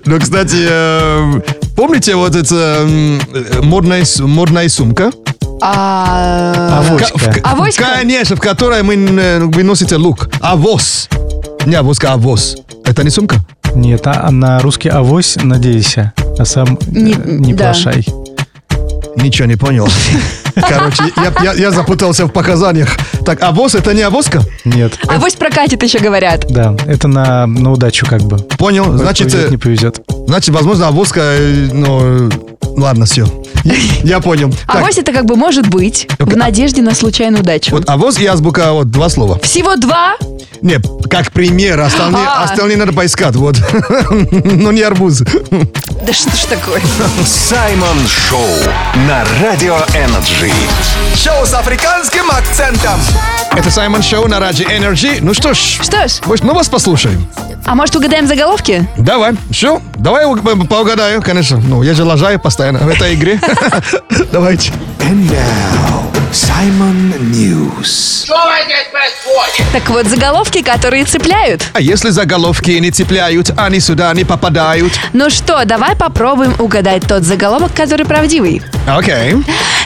Ну, кстати, э, помните вот эта м, э, модная, с- модная сумка? А... Ка- в- Авоська? Конечно, в которой мы, э, вы носите лук. Авос. Не авоська, авос. Это не сумка? Нет, а на русский авось надейся, а сам э, Не- не, да. плашай. Ничего не понял. Короче, я, я- я запутался в показаниях. Так, авос это не авоська? Нет. А Авось прокатит, еще говорят. Да, это на, на удачу как бы. Понял, значит, повезет, э, не повезет. значит, возможно, авоська, э, ну, э, ладно, все. Я понял. Так, Ну, Авось это как бы может быть в надежде на случайную удачу. вот авос и азбука, вот два слова. Всего два? Не, как пример, остальные, А. остальные надо поискать, вот. Но не арбуз. Да что ж такое? Саймон Шоу на Радио Энерджи. Шоу с африканским акцентом. Это Саймон Шоу на Раджи Энерджи. Ну что ж, Что ж, может, ну вас послушаем. а может угадаем заголовки? Давай, все, давай я по- поугадаю, конечно. Ну, я же лажаю постоянно в этой игре. Давайте. Саймон Ньюс. Так вот, заголовки, которые цепляют. А если заголовки не цепляют, они сюда не попадают. Ну что, давай попробуем угадать тот заголовок, который правдивый. Окей.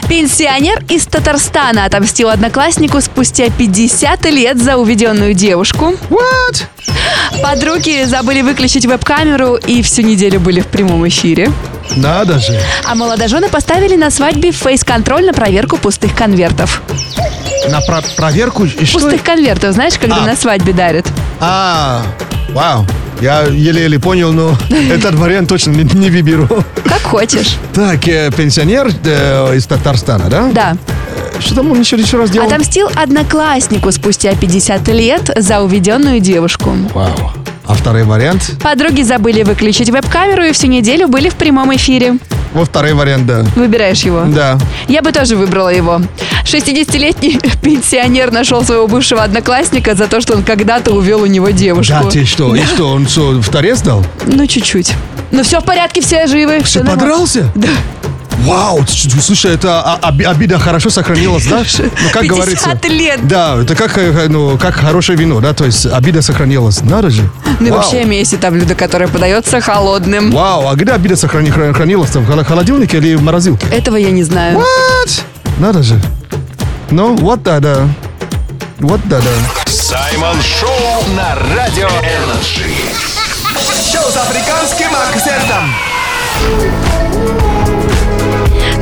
Пенсионер из Татарстана отомстил однокласснику спустя 50 лет за уведенную девушку. What? Подруги забыли выключить веб-камеру и всю неделю были в прямом эфире. Надо же. А молодожены поставили на свадьбе фейс-контроль на проверку пустых конвертов. На про- проверку и что? Пустых конвертов, знаешь, когда А. на свадьбе дарят. А, вау. Я еле-еле понял, но этот вариант точно не, не выберу. Как хочешь. Так, э, пенсионер э, из Татарстана, да? Да. А Что там он еще, еще раз делал? Отомстил однокласснику спустя 50 лет за уведенную девушку. Вау. А второй вариант? Подруги забыли выключить веб-камеру и всю неделю были в прямом эфире. Во второй вариант, да. Выбираешь его. Да. Я бы тоже выбрала его. 60-летний пенсионер нашел своего бывшего одноклассника за то, что он когда-то увел у него девушку. Да, ты что? И что, он что, в торец дал? Ну, чуть-чуть. Ну, все в порядке, все живы. Все, нормально. подрался? Да. Вау, ч- ч- слушай, это а- оби- обида хорошо сохранилась, да? Ну, как 50 говорится. лет. Да, это как, э, ну, как хорошее вино, да, то есть обида сохранилась. Надо же. Ну, и Вау. вообще, месси там блюдо, которое подается холодным. Вау, а где обида сохрани- хра- хранилась? Там, в холо- холодильнике или в морозилке? Этого я не знаю. What? Надо же. Ну, вот да, да. Вот да, да. Саймон Шоу на Радио Энерджи. Шоу с африканским акцентом.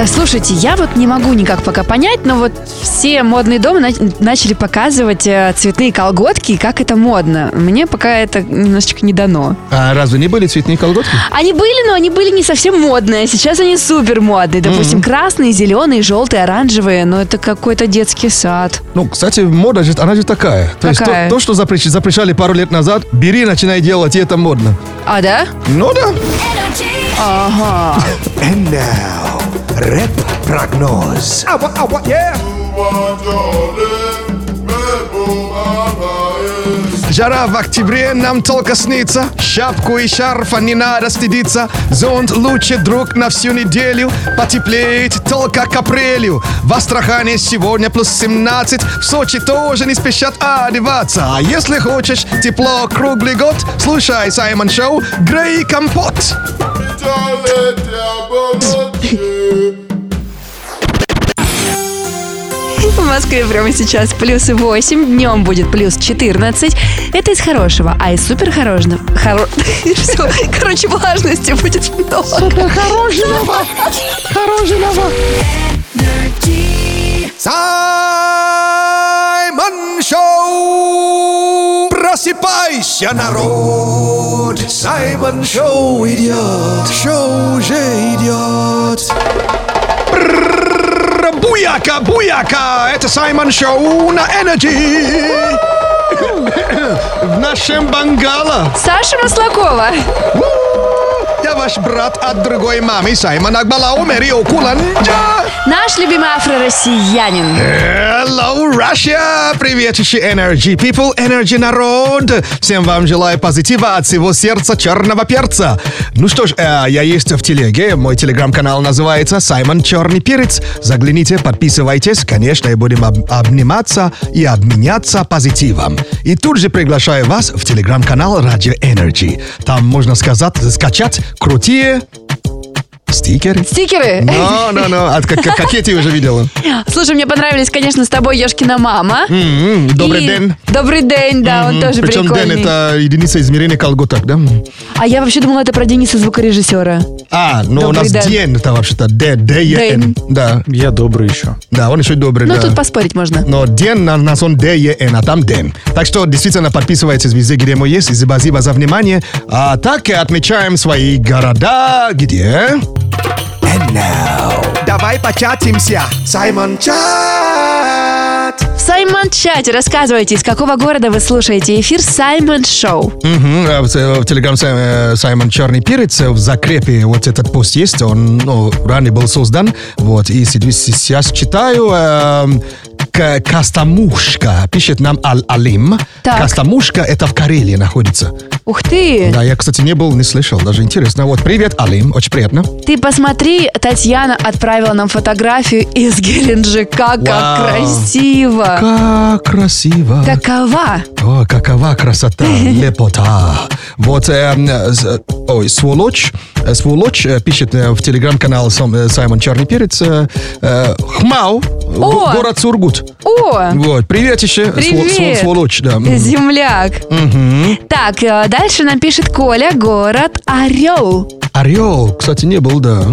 А, Слушайте, я вот не могу никак пока понять, но вот все модные дома на- начали показывать э, цветные колготки и как это модно. Мне пока это немножечко не дано. А разве не были цветные колготки? Они были, но они были не совсем модные. Сейчас они супер модные. Допустим, красные, зеленые, желтые, оранжевые. Но это какой-то детский сад. Ну, кстати, мода же, она же такая. То есть то, Какая? то, что запрещ- запрещали пару лет назад, бери, начинай делать, и это модно. А, да? Ну да. Ага. And now, рэп-прогноз. Жара в октябре нам только снится. Шапку и шарфа не надо стыдиться. Зонт лучше друг на всю неделю. Потеплеет только к апрелю. В Астрахани сегодня плюс 17. В Сочи тоже не спешат одеваться. А если хочешь тепло круглый год, слушай Саймон Шоу «Грей Компот». В Москве прямо сейчас плюс 8, днем будет плюс 14. Это из хорошего, а из супер хорошего... Хоро... Все, короче, влажности будет много. Супер хорошего! Хорошего! Саймон Шоу! Просыпайся, народ! Саймон Шоу идет! Шоу уже идет! Буяка, буяка! Это Саймон Шоу на Energy! В нашем бангала! Саша Маслакова! Я ваш брат от другой мамы, Саймон Акбалау, Мэрио Куланджа! Наш любимый афро-россиянин. Э, Hello, Russia! Привет еще Energy People, Energy народ! Всем вам желаю позитива от всего сердца черного перца. Ну что ж, э, я есть в телеге. Мой телеграм-канал называется Саймон Черный Перец. Загляните, подписывайтесь. Конечно, и будем об- обниматься и обменяться позитивом. И тут же приглашаю вас в телеграм-канал Radio Energy. Там можно сказать, скачать крутые стикеры. Стикеры. Ну, ну, ну, от как- как- какие ты уже видела? Слушай, мне понравились, конечно, с тобой Ёшкина мама. М-м, добрый И- день. Добрый день, да, М, он тоже Причем прикольный. день это единица измерения колготок, да? А я вообще думала, это про Дениса звукорежиссера. А, ну у Добрый нас день. день это вообще-то Д, Д, Е, Н. День. Да. Я добрый еще. Да, он еще добрый, Ну, да. тут поспорить можно. Но день на нас он Д, Е, Н, а там день. Так что действительно подписывайтесь везде, где мы есть. И спасибо за внимание. А так и отмечаем свои города, где... Давай початимся! Саймон Чат! В Саймон-чате рассказывайте, из какого города вы слушаете эфир Саймон Шоу. Мгм, э, В э, в телеграм Сай- э, Саймон Черный Перец э, в закрепе вот этот пост есть, он ну, ранее был создан, вот, и сид- сейчас читаю, эм, К- Кастамушка, пишет нам Ал Алим. Так. Кастамушка это в Карелии находится. Ух ты! Да, я, кстати, не был, не слышал, даже интересно. Вот, привет, Алим, очень приятно. Ты посмотри, Татьяна отправила нам фотографию из Геленджика. Как Вау. красиво! Как красиво! Какова? О, какова красота, лепота. Вот, эм, э, с- ой, Сволочь, э, Сволочь э, пишет э, в телеграм-канал Сам- э, Саймон Черный Перец. э, э, Хмау, го- город Сургут. О! Вот, привет еще. Свол- Свол- Привет! Сволочь, да. М. Земляк. Мгм. Так, э, дальше нам пишет Коля, город Орел. Орел, кстати, не был, да.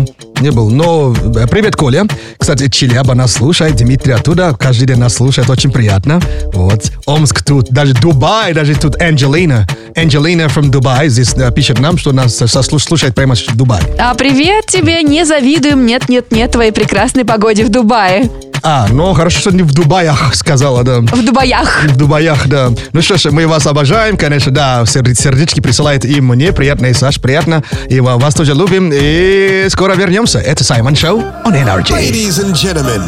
Не был. Но э, привет, Коля. Кстати, Челяба нас слушает, Дмитрий оттуда. Каждый день нас слушает, очень приятно. Вот. Омск тут, даже Дубай, даже тут Анджелина. Анджелина from Dubai здесь э, пишет нам, что нас э, со- слу- слушает прямо с Дубай. А привет тебе, не завидуем, нет-нет-нет, твоей прекрасной погоде в Дубае. А, ну хорошо, что не в Дубаях, сказала, да. В Дубаях. В Дубаях, да. Ну что ж, мы вас обожаем, конечно, да. Серде- Сердечки присылает и мне приятно, и Саш приятно. И ва- вас тоже любим. И скоро вернемся. Это Саймон Шоу on Energy. Ladies and gentlemen,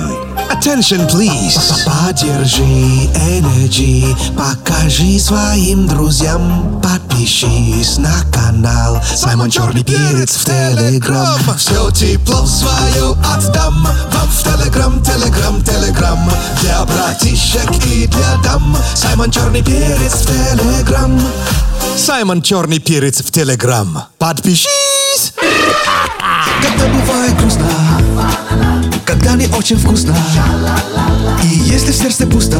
attention please. Поддержи Energy, покажи своим друзьям. Подпишись на канал Саймон Черный Перец в Телеграм. Все тепло свое отдам вам в Телеграм, Телеграм, Телеграм. Для братишек и для дам Саймон Черный Перец в Телеграм. Саймон Черный Перец в Телеграм. Подпишись! Когда бывает грустно, когда не очень вкусно, и если в сердце пусто,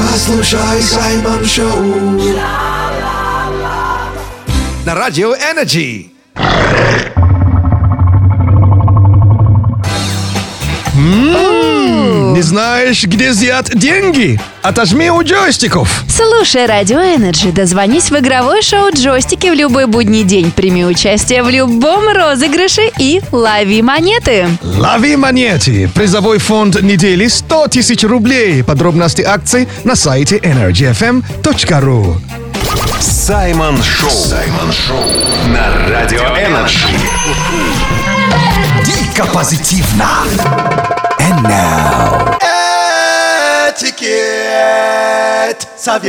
послушай Саймон Шоу. На радио Energy. М, Не знаешь, где взять деньги? Отожми у джойстиков. Слушай Радио Энерджи, дозвонись в игровое шоу «Джойстики» в любой будний день. Прими участие в любом розыгрыше и лови монеты. Лови монеты. Призовой фонд недели 100 тысяч рублей. Подробности акций на сайте energyfm.ru. Саймон Шоу. Саймон Шоу. На Радио Энерджи. Дико позитивно. And now. Этикет, совет.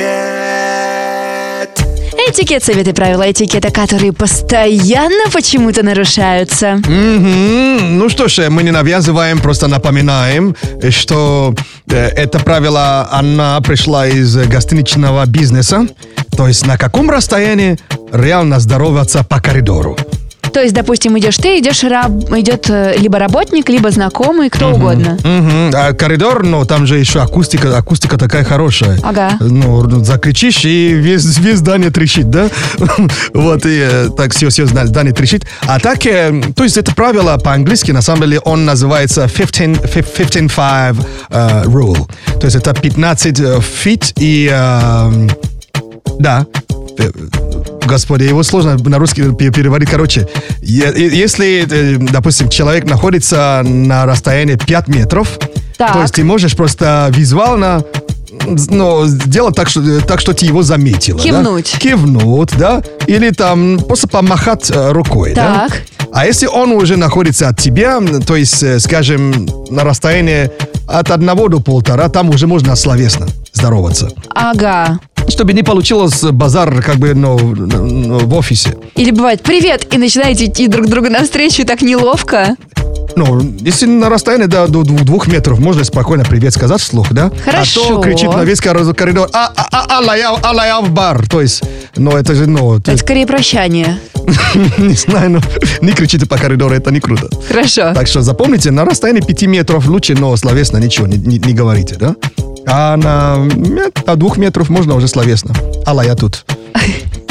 Этикет, советы, правила этикета, которые постоянно почему-то нарушаются. Мгм. Ну что ж, мы не навязываем, просто напоминаем, что э, это правило, она пришла из э, гостиничного бизнеса. То есть на каком расстоянии реально здороваться по коридору? То есть, допустим, идешь ты, идешь раб- идет э, либо работник, либо знакомый, кто угодно. Мгм. А коридор, но там же еще акустика, акустика такая хорошая. Ага. Ну, закричишь, и весь, весь здание трещит, да? вот, и э, так все, все здание трещит. А так, э, то есть это правило по-английски, на самом деле, он называется 15-5 э, rule. То есть это 15 э, feet и... э, да. Э, Господи, его сложно на русский пе- переводить. Короче, е- и- если, э, допустим, человек находится на расстоянии 5 метров, Так. то есть ты можешь просто визуально м, ну, сделать так, что, так, что ты его заметила. да? Кивнуть. Кивнуть, да. Или там просто помахать э, рукой. да? Так. А если он уже находится от тебя, м, то есть, э, скажем, на расстоянии от одного до полтора, там уже можно словесно здороваться. Ага. Чтобы не получилось базар как бы ну, ну, в офисе. Или бывает «Привет!» и начинаете идти друг другу навстречу, и так неловко. Ну, если на расстоянии до, до дву- двух метров, можно спокойно привет сказать вслух, да? А Хорошо. то кричит на весь кор- коридор «А, а, а, Аллаяв, Аллаяв бар!» То есть, ну, это же, ну... то Это есть, скорее прощание. не знаю, ну, не кричите по коридору, это не круто. Хорошо. Так что запомните, на расстоянии пяти метров лучше, но словесно ничего не, не- не говорите, да? А на мет- до двух метров можно уже словесно. Алла, я тут.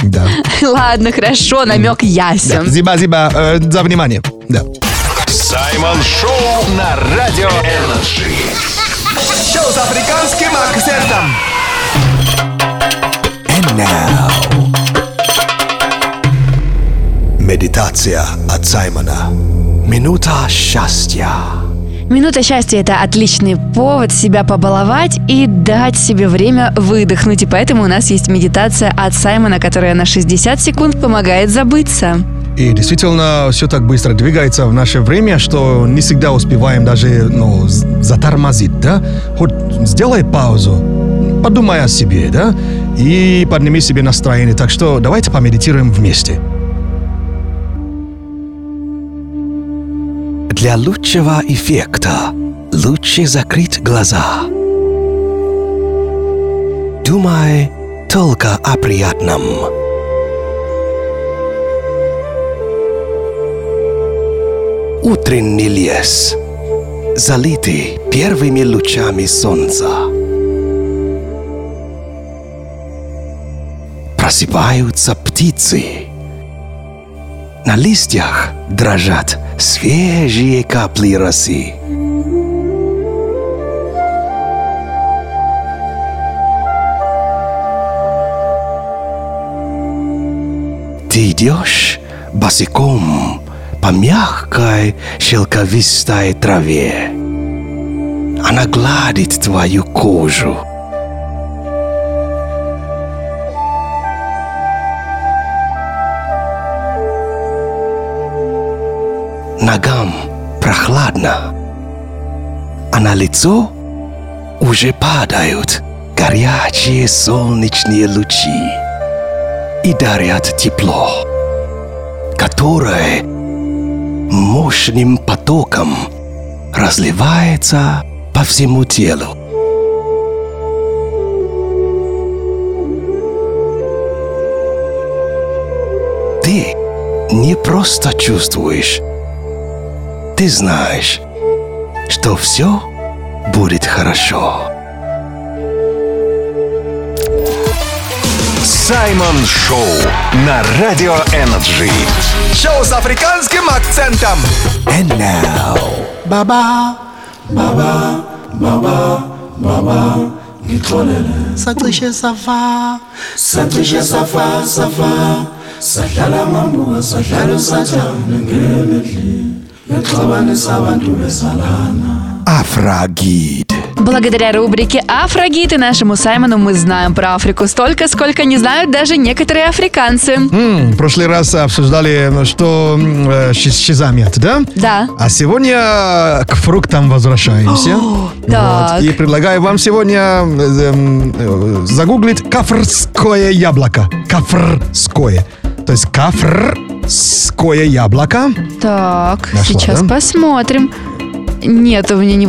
Да. Ладно, хорошо, намек Да. ясен. Зиба, зиба, э, за внимание. Да. Саймон Шоу на Радио Энерджи. Шоу с африканским акцентом. Медитация от Саймона. Минута счастья. Минута счастья – это отличный повод себя побаловать и дать себе время выдохнуть. И поэтому у нас есть медитация от Саймона, которая на 60 секунд помогает забыться. И действительно, все так быстро двигается в наше время, что не всегда успеваем даже ну, з- затормозить, да? Хоть сделай паузу, подумай о себе, да? И подними себе настроение. Так что давайте помедитируем вместе. Для лучшего эффекта лучше закрыть глаза. Думай только о приятном. Утренний лес, залитый первыми лучами солнца. Просыпаются птицы. На листьях дрожат свежие капли росы. Ты идешь босиком по мягкой шелковистой траве. Она гладит твою кожу. Ногам прохладно, а на лицо уже падают горячие солнечные лучи и дарят тепло, которое мощным потоком разливается по всему телу. Ты не просто чувствуешь, ты знаешь, что все будет хорошо. Саймон Шоу на Радио Энерджи. Шоу с африканским акцентом. And now. Баба, баба, баба, баба. Сатрише Сафа, Сатрише Сафа, Сафа. Sahlala mamuka sahlala sathanda ngelemedli Yaxabanisa abantu besalana Афрагид. Благодаря рубрике «Афрогид» и нашему Саймону мы знаем про Африку столько, сколько не знают даже некоторые африканцы. М, В прошлый раз обсуждали, ну, что м, э, щи- щезамет, да? Да. А сегодня э, к фруктам возвращаемся. О, Вот. так. И предлагаю вам сегодня э, эм, э, загуглить кафрское яблоко. Кафрское. То есть кафрское яблоко. Так, Нашла, сейчас да? посмотрим. Нет, у меня не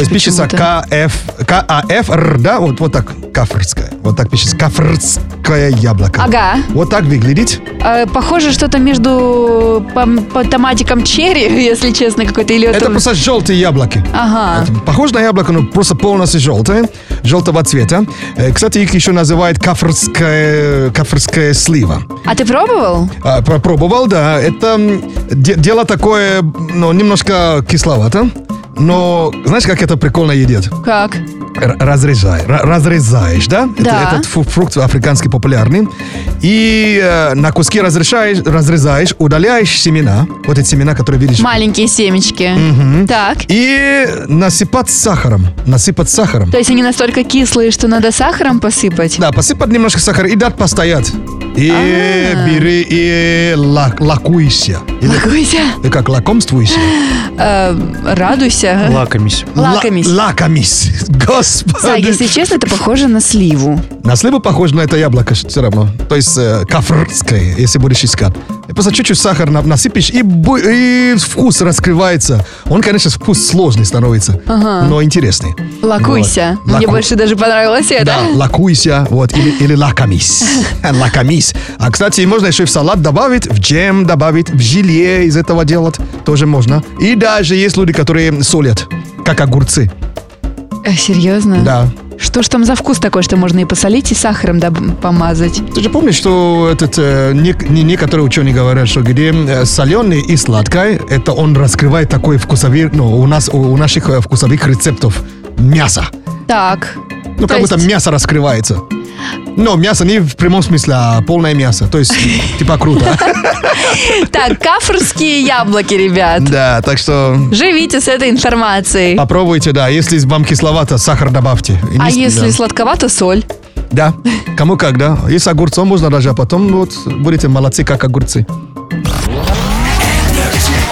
То есть пишется почему-то. КФ, КАФР, А да? Вот, вот так, кафрское. Вот так пишется, кафрское яблоко. Ага. Вот так выглядит. А, Похоже, что-то между по, по томатикам черри, если честно, какой-то. Или Это это- просто желтые яблоки. Ага. Это Похоже на яблоко, но просто полностью желтое, желтого цвета. Э, Кстати, их еще называют кафрская, кафрская слива. А ты пробовал? А, Попробовал, да. Это м, де- дело такое, ну, немножко кисловато. Но знаешь, как это прикольно едят? Как? Р- Разрезай, ра- разрезаешь, да? Это- Да. Этот фу- фрукт африканский популярный. И э, на куски разрешаешь, разрезаешь, удаляешь семена. Вот эти семена, которые видишь. Маленькие семечки. Так. И насыпать сахаром. Насыпать сахаром. То есть они настолько кислые, что надо сахаром посыпать? Да, посыпать немножко сахара и дать постоять. И А. бери и лак- лакуйся. Или- Лакуйся. Или как, лакомствуйся? Э, радуйся. Лакомись. Лакомись. лакомись. Господи. Сай, если честно, это похоже на сливу. На сливу похоже на это яблоко все равно. То есть э, кафрское, если будешь искать. И Просто чуть-чуть сахар на- насыпешь, и, бу- и вкус раскрывается. Он, конечно, вкус сложный становится, Ага. но интересный. Лакуйся. Вот. Мне Лаку- больше даже понравилось это. Да, лакуйся, вот, или, или лакомись. Лакомись. А, кстати, можно еще и в салат добавить, в джем добавить, в желе из этого делать тоже можно. И даже есть люди, которые солят, как огурцы. Э, серьезно? Да. Что ж там за вкус такой, что можно и посолить, и сахаром доб- помазать? Ты же помнишь, что этот, э, нек- не- некоторые ученые говорят, что где э, соленый и сладкое, это он раскрывает такой вкусовый, ну, у нас, у, у наших э, вкусовых рецептов мясо. Так. Ну, как будто мясо раскрывается. Но мясо не в прямом смысле, а полное мясо. То есть, типа, круто. Так, кафрские яблоки, ребят. Да, так что Живите с этой информацией. попробуйте, да. Если вам кисловато, сахар добавьте. И А не- если да. сладковато, соль. Да, кому как, да. И с огурцом можно даже, а потом вот будете молодцы, как огурцы.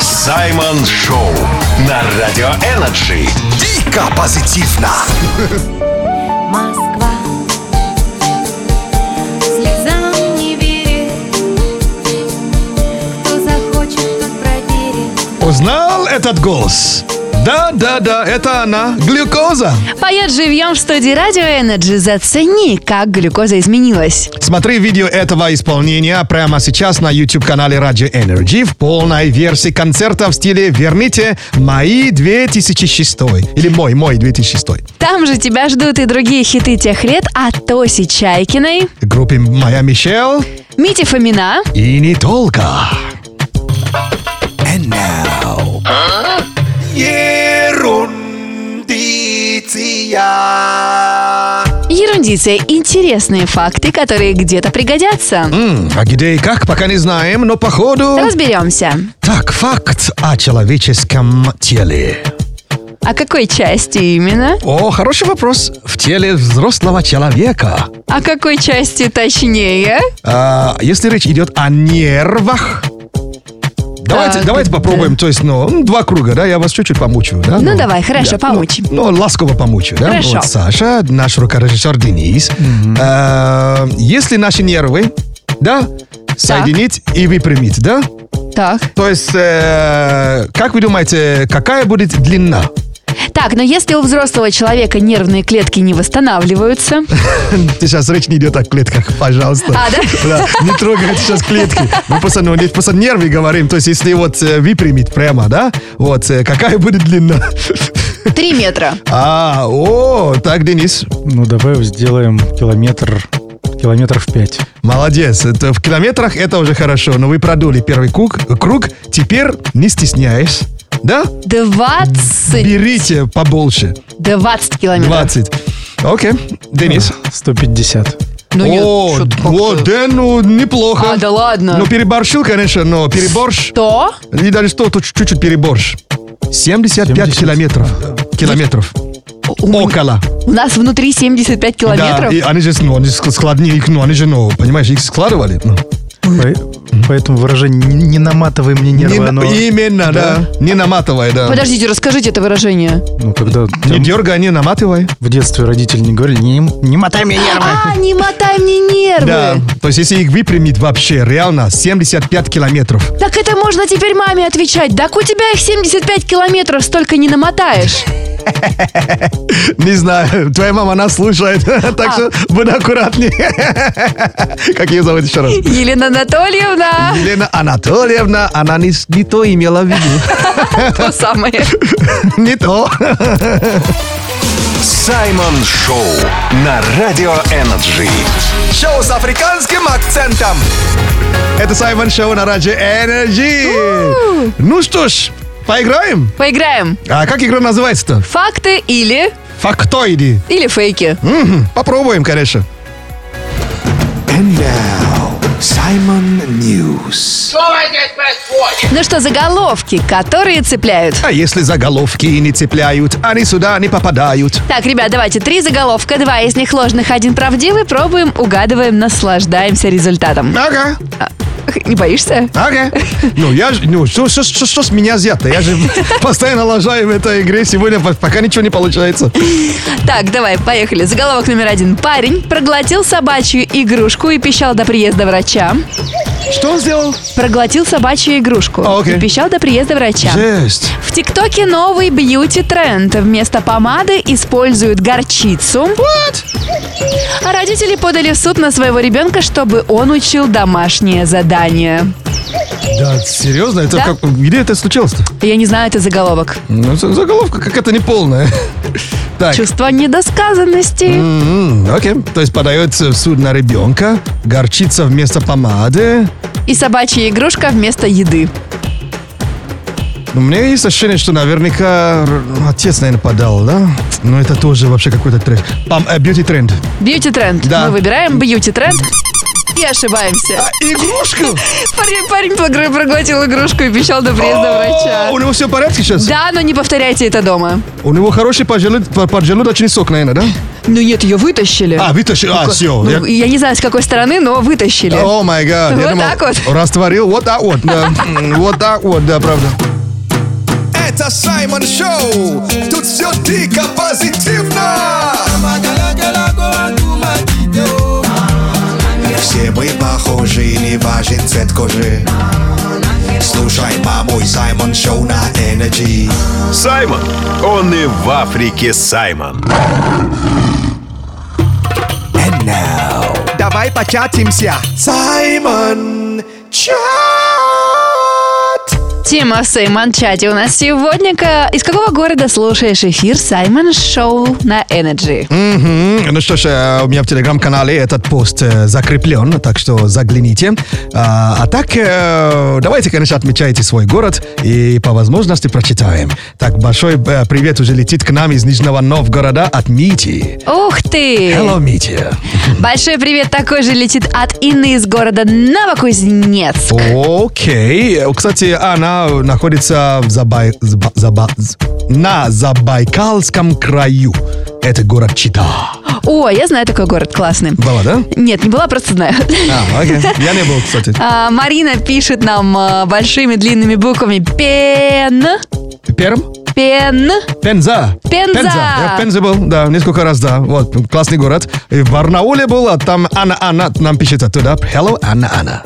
Саймон Шоу на Радио Энерджи. Дико позитивно. Москва слезам не верит. Кто захочет, тот проверит. Узнал этот голос? Да, да, да, это она, глюкоза. Поет живьем в студии Радио Energy. Зацени, как глюкоза изменилась. Смотри видео этого исполнения прямо сейчас на YouTube-канале Radio Energy в полной версии концерта в стиле «Верните мои 2006» или «Мой, мой 2006». Там же тебя ждут и другие хиты тех лет от Тоси Чайкиной, Группе «Моя Мишель» Мити Фомина, и не только. Ерундиция. ерундиция «Интересные факты, которые где-то пригодятся». М, А где и как, пока не знаем, но походу... Разберемся. Так, факт о человеческом теле. О А какой части именно? О, хороший вопрос. В теле взрослого человека. О А какой части точнее? А, если речь идет о нервах, давайте, давайте попробуем, то есть, ну, м, два круга, да, я вас чуть-чуть помучу, да? Ну, давай, хорошо, да, поучим. Ну, ну, ласково помучу, да? Хорошо. Вот Саша, наш рукорежиссер Денис. А, если наши нервы, да, соединить и выпрямить, да? Так. То есть, э, как вы думаете, какая будет длина? Так, но если у взрослого человека нервные клетки не восстанавливаются... Сейчас речь не идет о клетках, пожалуйста. А, да? не трогайте сейчас клетки. Мы просто, ну, здесь просто нервы говорим. То есть, если вот э, выпрямить прямо, да, вот, э, какая будет длина? Три метра. А, о, так, Денис. Ну, давай сделаем километр, километров пять. Молодец. Это в километрах это уже хорошо, но вы продули первый круг, круг. Теперь не стесняясь, да? Двадцать. Берите побольше. 20 километров. 20. Окей. Денис. 150. Ну нет, о, о, да, ну, неплохо. А, да ладно. Ну, переборщил, конечно, но переборщ. Что? И даже что, тут чуть-чуть переборщ. 75 километров. Километров. около. У нас внутри 75 Да, километров. и они же, ну, они же складные, их, ну, они же, ну, понимаешь, их складывали. ну. Поэтому Ну, выражение «не не наматывай мне Не нервы», на- оно... Именно, да. Не наматывай, да. Подождите, расскажите это выражение. Ну, когда... Не дергай, не наматывай. В детстве родители не говорили «не, не мотай мне нервы». А, не мотай мне нервы. Да, то есть если их выпрямить вообще, реально, 75 километров. Так это можно теперь маме отвечать. Так у тебя их 75 километров, столько не намотаешь. Не знаю, твоя мама нас слушает, так А. что будь аккуратнее. Как ее зовут еще раз? Елена Анатольевна. Елена Анатольевна, она не, с- не то имела в виду. То самое. Не то. Саймон Шоу на Радио Энерджи. Шоу с африканским акцентом. Это Саймон Шоу на Радио Energy. Ну что ж, поиграем? Поиграем. А как игра называется-то? Факты или... Фактоиды. Или фейки. Мгм, Попробуем, конечно. And now, Simon News. Ну что, заголовки, которые цепляют. А если заголовки не цепляют, они сюда не попадают. Так, ребят, давайте три заголовка, два из них ложных, один правдивый. Пробуем, угадываем, наслаждаемся результатом. Ага. Не боишься? Ага. Ну, я же, ну, что, что, что, что с меня взято? Я же постоянно лажаю в этой игре сегодня, по- пока ничего не получается. Так, давай, поехали. Заголовок номер один. Парень проглотил собачью игрушку и пищал до приезда врача. Что он сделал? Проглотил собачью игрушку А, окей. и пищал до приезда врача. Жесть. В ТикТоке новый бьюти-тренд. Вместо помады используют горчицу. А родители подали в суд на своего ребенка, чтобы он учил домашнее задание. Да, серьезно? Это Да. как- где это случилось-то? Я не знаю, это заголовок. Ну, за- заголовка какая-то неполная. Так. Чувство недосказанности. М, Окей. То есть подается в суд на ребенка, горчица вместо помады. И собачья игрушка вместо еды. У меня Ну, есть ощущение, что наверняка р- ну, отец, наверное, подал, да? Но это тоже вообще какой-то тренд. Пом- э, Бьюти-тренд. Бьюти-тренд. Да. Мы выбираем бьюти-тренд. И ошибаемся. игрушку? Парень, парень прогр- проглотил игрушку и пищал до приезда врача. А У него все в порядке сейчас? Да, но не повторяйте это дома. У него хороший поджелуд- по- поджелудочный сок, наверное, да? Ну нет, ее вытащили. А, вытащил. А, Ну, все. ну, я... не знаю, с какой стороны, но вытащили. О, май гад. Вот Я думал, так вот. Растворил. Вот так вот, да. М, Вот так вот, да, правда. Это Саймон Шоу. Тут все дико позитивно. Все мы похожи, не важен цвет кожи. Слушай маму и Саймон Шоу на Energy. Саймон. Он и в Африке Саймон. Давай початимся. Саймон Чат. Тема в Саймон Чате у нас сегодня. Ка- Из какого города слушаешь эфир Саймон Шоу на Energy? Мгм. Ну что ж, э, у меня в телеграм-канале этот пост э, закреплен, так что загляните. А, а так, э, давайте, конечно, отмечайте свой город и по возможности прочитаем. Так, большой э, привет уже летит к нам из Нижнего Новгорода от Мити. Ух ты! Hello, Митя. Большой привет такой же летит от Инны из города Новокузнецк. Окей. Кстати, она находится в Забай... Заба- Заба- З- на Забайкалском краю. Это город Чита. О, я знаю такой город классный. Была, да? Нет, не была, просто знаю. А, окей. Я не был, кстати. А, Марина пишет нам а, большими длинными буквами Пен, Перм? Пен, Пенза. Пенза. Я в Пензе был, да, несколько раз, да. Вот, классный город. И в Барнауле был, а там Анна Анна нам пишет оттуда. Hello, Анна Анна.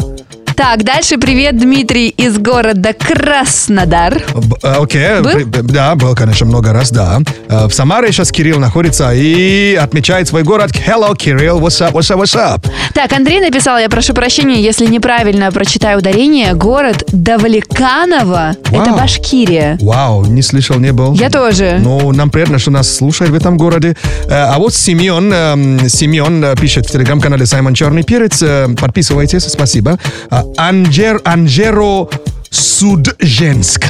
Так, дальше привет, Дмитрий из города Краснодар. Б- э, Окей, Был? при- б- да, был, конечно, много раз, да. Э, В Самаре сейчас Кирилл находится и отмечает свой город. Hello, Кирилл, what's up, what's up, what's up? Так, Андрей написал, я прошу прощения, если неправильно прочитаю ударение, город Давлеканово, это Вау. Башкирия. Вау, не слышал, не был. Я тоже. Ну, нам приятно, что нас слушают в этом городе. Э, А вот Семен, эм, Семен э, пишет в телеграм-канале Саймон Черный Перец. Э, Подписывайтесь, спасибо. А, Анжер, Анжеро Судженск.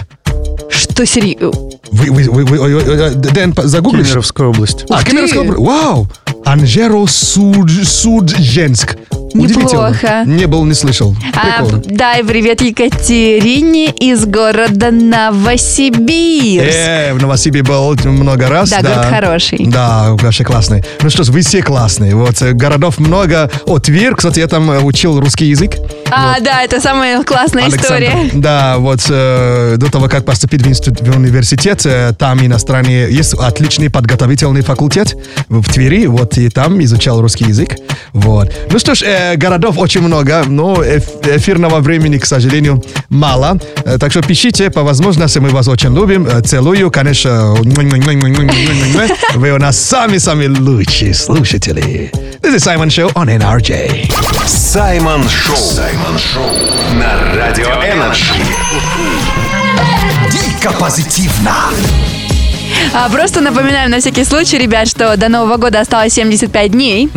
Что э, серьезно? Вы, вы, вы, вы- вы- э, Дэн, по- загуглишь? Кемеровская область. А, Ух ты! Кемеровская область. Вау! Анжеро Суд, Судженск. Удивительно. Неплохо. Не был, не слышал. А, Прикол. дай привет Екатерине из города Новосибирск. Э, в Новосибе был много раз. Да, город хороший. Да, вообще классный. Ну что ж, вы все классные. Вот, э, городов много. О, Тверь, кстати, я там э, учил русский язык. А, да, это самая классная Александр. история. Да, вот э, до того, как поступить в, институт, в университет, э, там и на стране есть отличный подготовительный факультет в в Твери, вот и там изучал русский язык. Вот. Ну что ж, э, городов очень много, но эф- эфирного времени, к сожалению, мало. Э, так что пишите по возможности, мы вас очень любим. Э, целую, конечно. Вы у нас сами-сами лучшие слушатели. This is Simon Show on NRJ. Саймон Шоу. Саймон Шоу на Радио Энерджи. Дико позитивно. А, просто напоминаем на всякий случай, ребят, что до Нового года осталось 75 дней.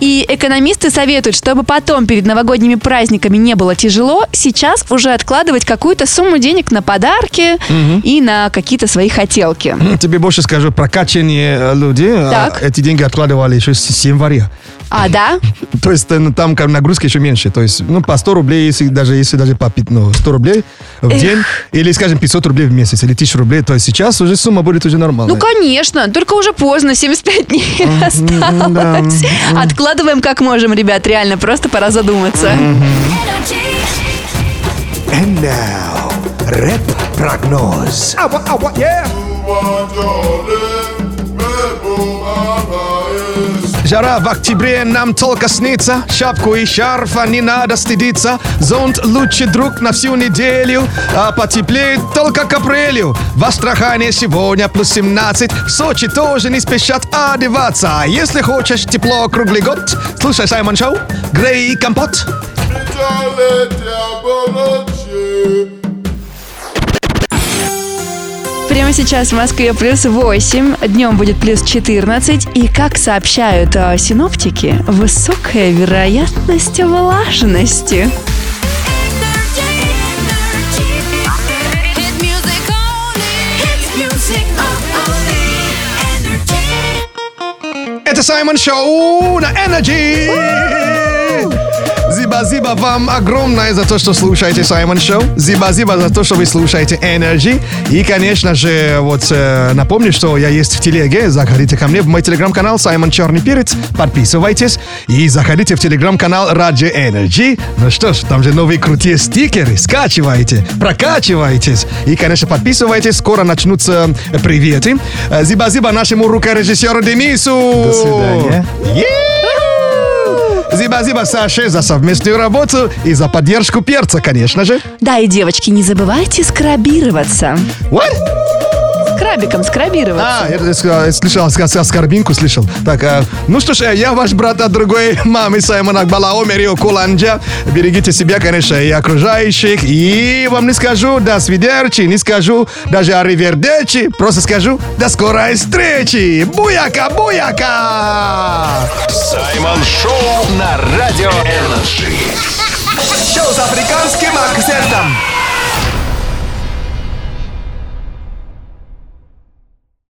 И экономисты советуют, чтобы потом перед новогодними праздниками не было тяжело, сейчас уже откладывать какую-то сумму денег на подарки Мгм. и на какие-то свои хотелки. Ну, Тебе больше скажу, прокачание э, людей, э, Так. эти деньги откладывали еще с с января. А, да? То есть э, ну, там как нагрузка еще меньше. То есть, ну, по 100 рублей, если даже, если даже по пят- ну, 100 рублей в Эх. день, или, скажем, 500 рублей в месяц, или 1000 рублей, то есть сейчас уже сумма будет уже нормальная. Ну, конечно, только уже поздно, 75 дней осталось. Откладываем как можем, ребят, реально, просто пора задуматься. And now, рэп-прогноз. Awa, awa, yeah. Жара в октябре нам только снится Шапку и шарфа не надо стыдиться Зонт лучший друг на всю неделю А потеплеет только к апрелю В Астрахане сегодня плюс 17 В Сочи тоже не спешат одеваться А Если хочешь тепло круглый год Слушай Саймон Шоу, Грей и Компот Прямо сейчас в Москве плюс 8, днем будет плюс 14. И как сообщают э, синоптики, высокая вероятность влажности. Это Саймон Шоу на Energy. Зиба-зиба вам огромное за то, что слушаете Саймон Шоу. Зиба-зиба за то, что вы слушаете Energy. И, конечно же, вот э, напомню, что я есть в телеге. Заходите ко мне в мой телеграм-канал Саймон Черный Перец. Подписывайтесь. И заходите в телеграм-канал Раджи Energy. Ну что ж, там же новые крутые стикеры. Скачивайте, прокачивайтесь. И, конечно, подписывайтесь. Скоро начнутся э, приветы. Э, Зиба-зиба нашему рукорежиссеру Денису. До свидания. Зиба-зиба Саше за совместную работу и за поддержку перца, конечно же. Да, и девочки, не забывайте скрабироваться. What? Скрабиком скрабироваться. А, я, я ска- слышал, ска- ска- скорбинку слышал. Так, э, ну что ж, э, я ваш брат от другой мамы Саймона Акбалаоми, Рио Куланджа. Берегите себя, конечно, и окружающих. И вам не скажу до свидерчи, не скажу даже аривердечи. Просто скажу до скорой встречи. Буяка, буяка! Саймон Шоу на Радио Энерджи. Шоу с африканским акцентом.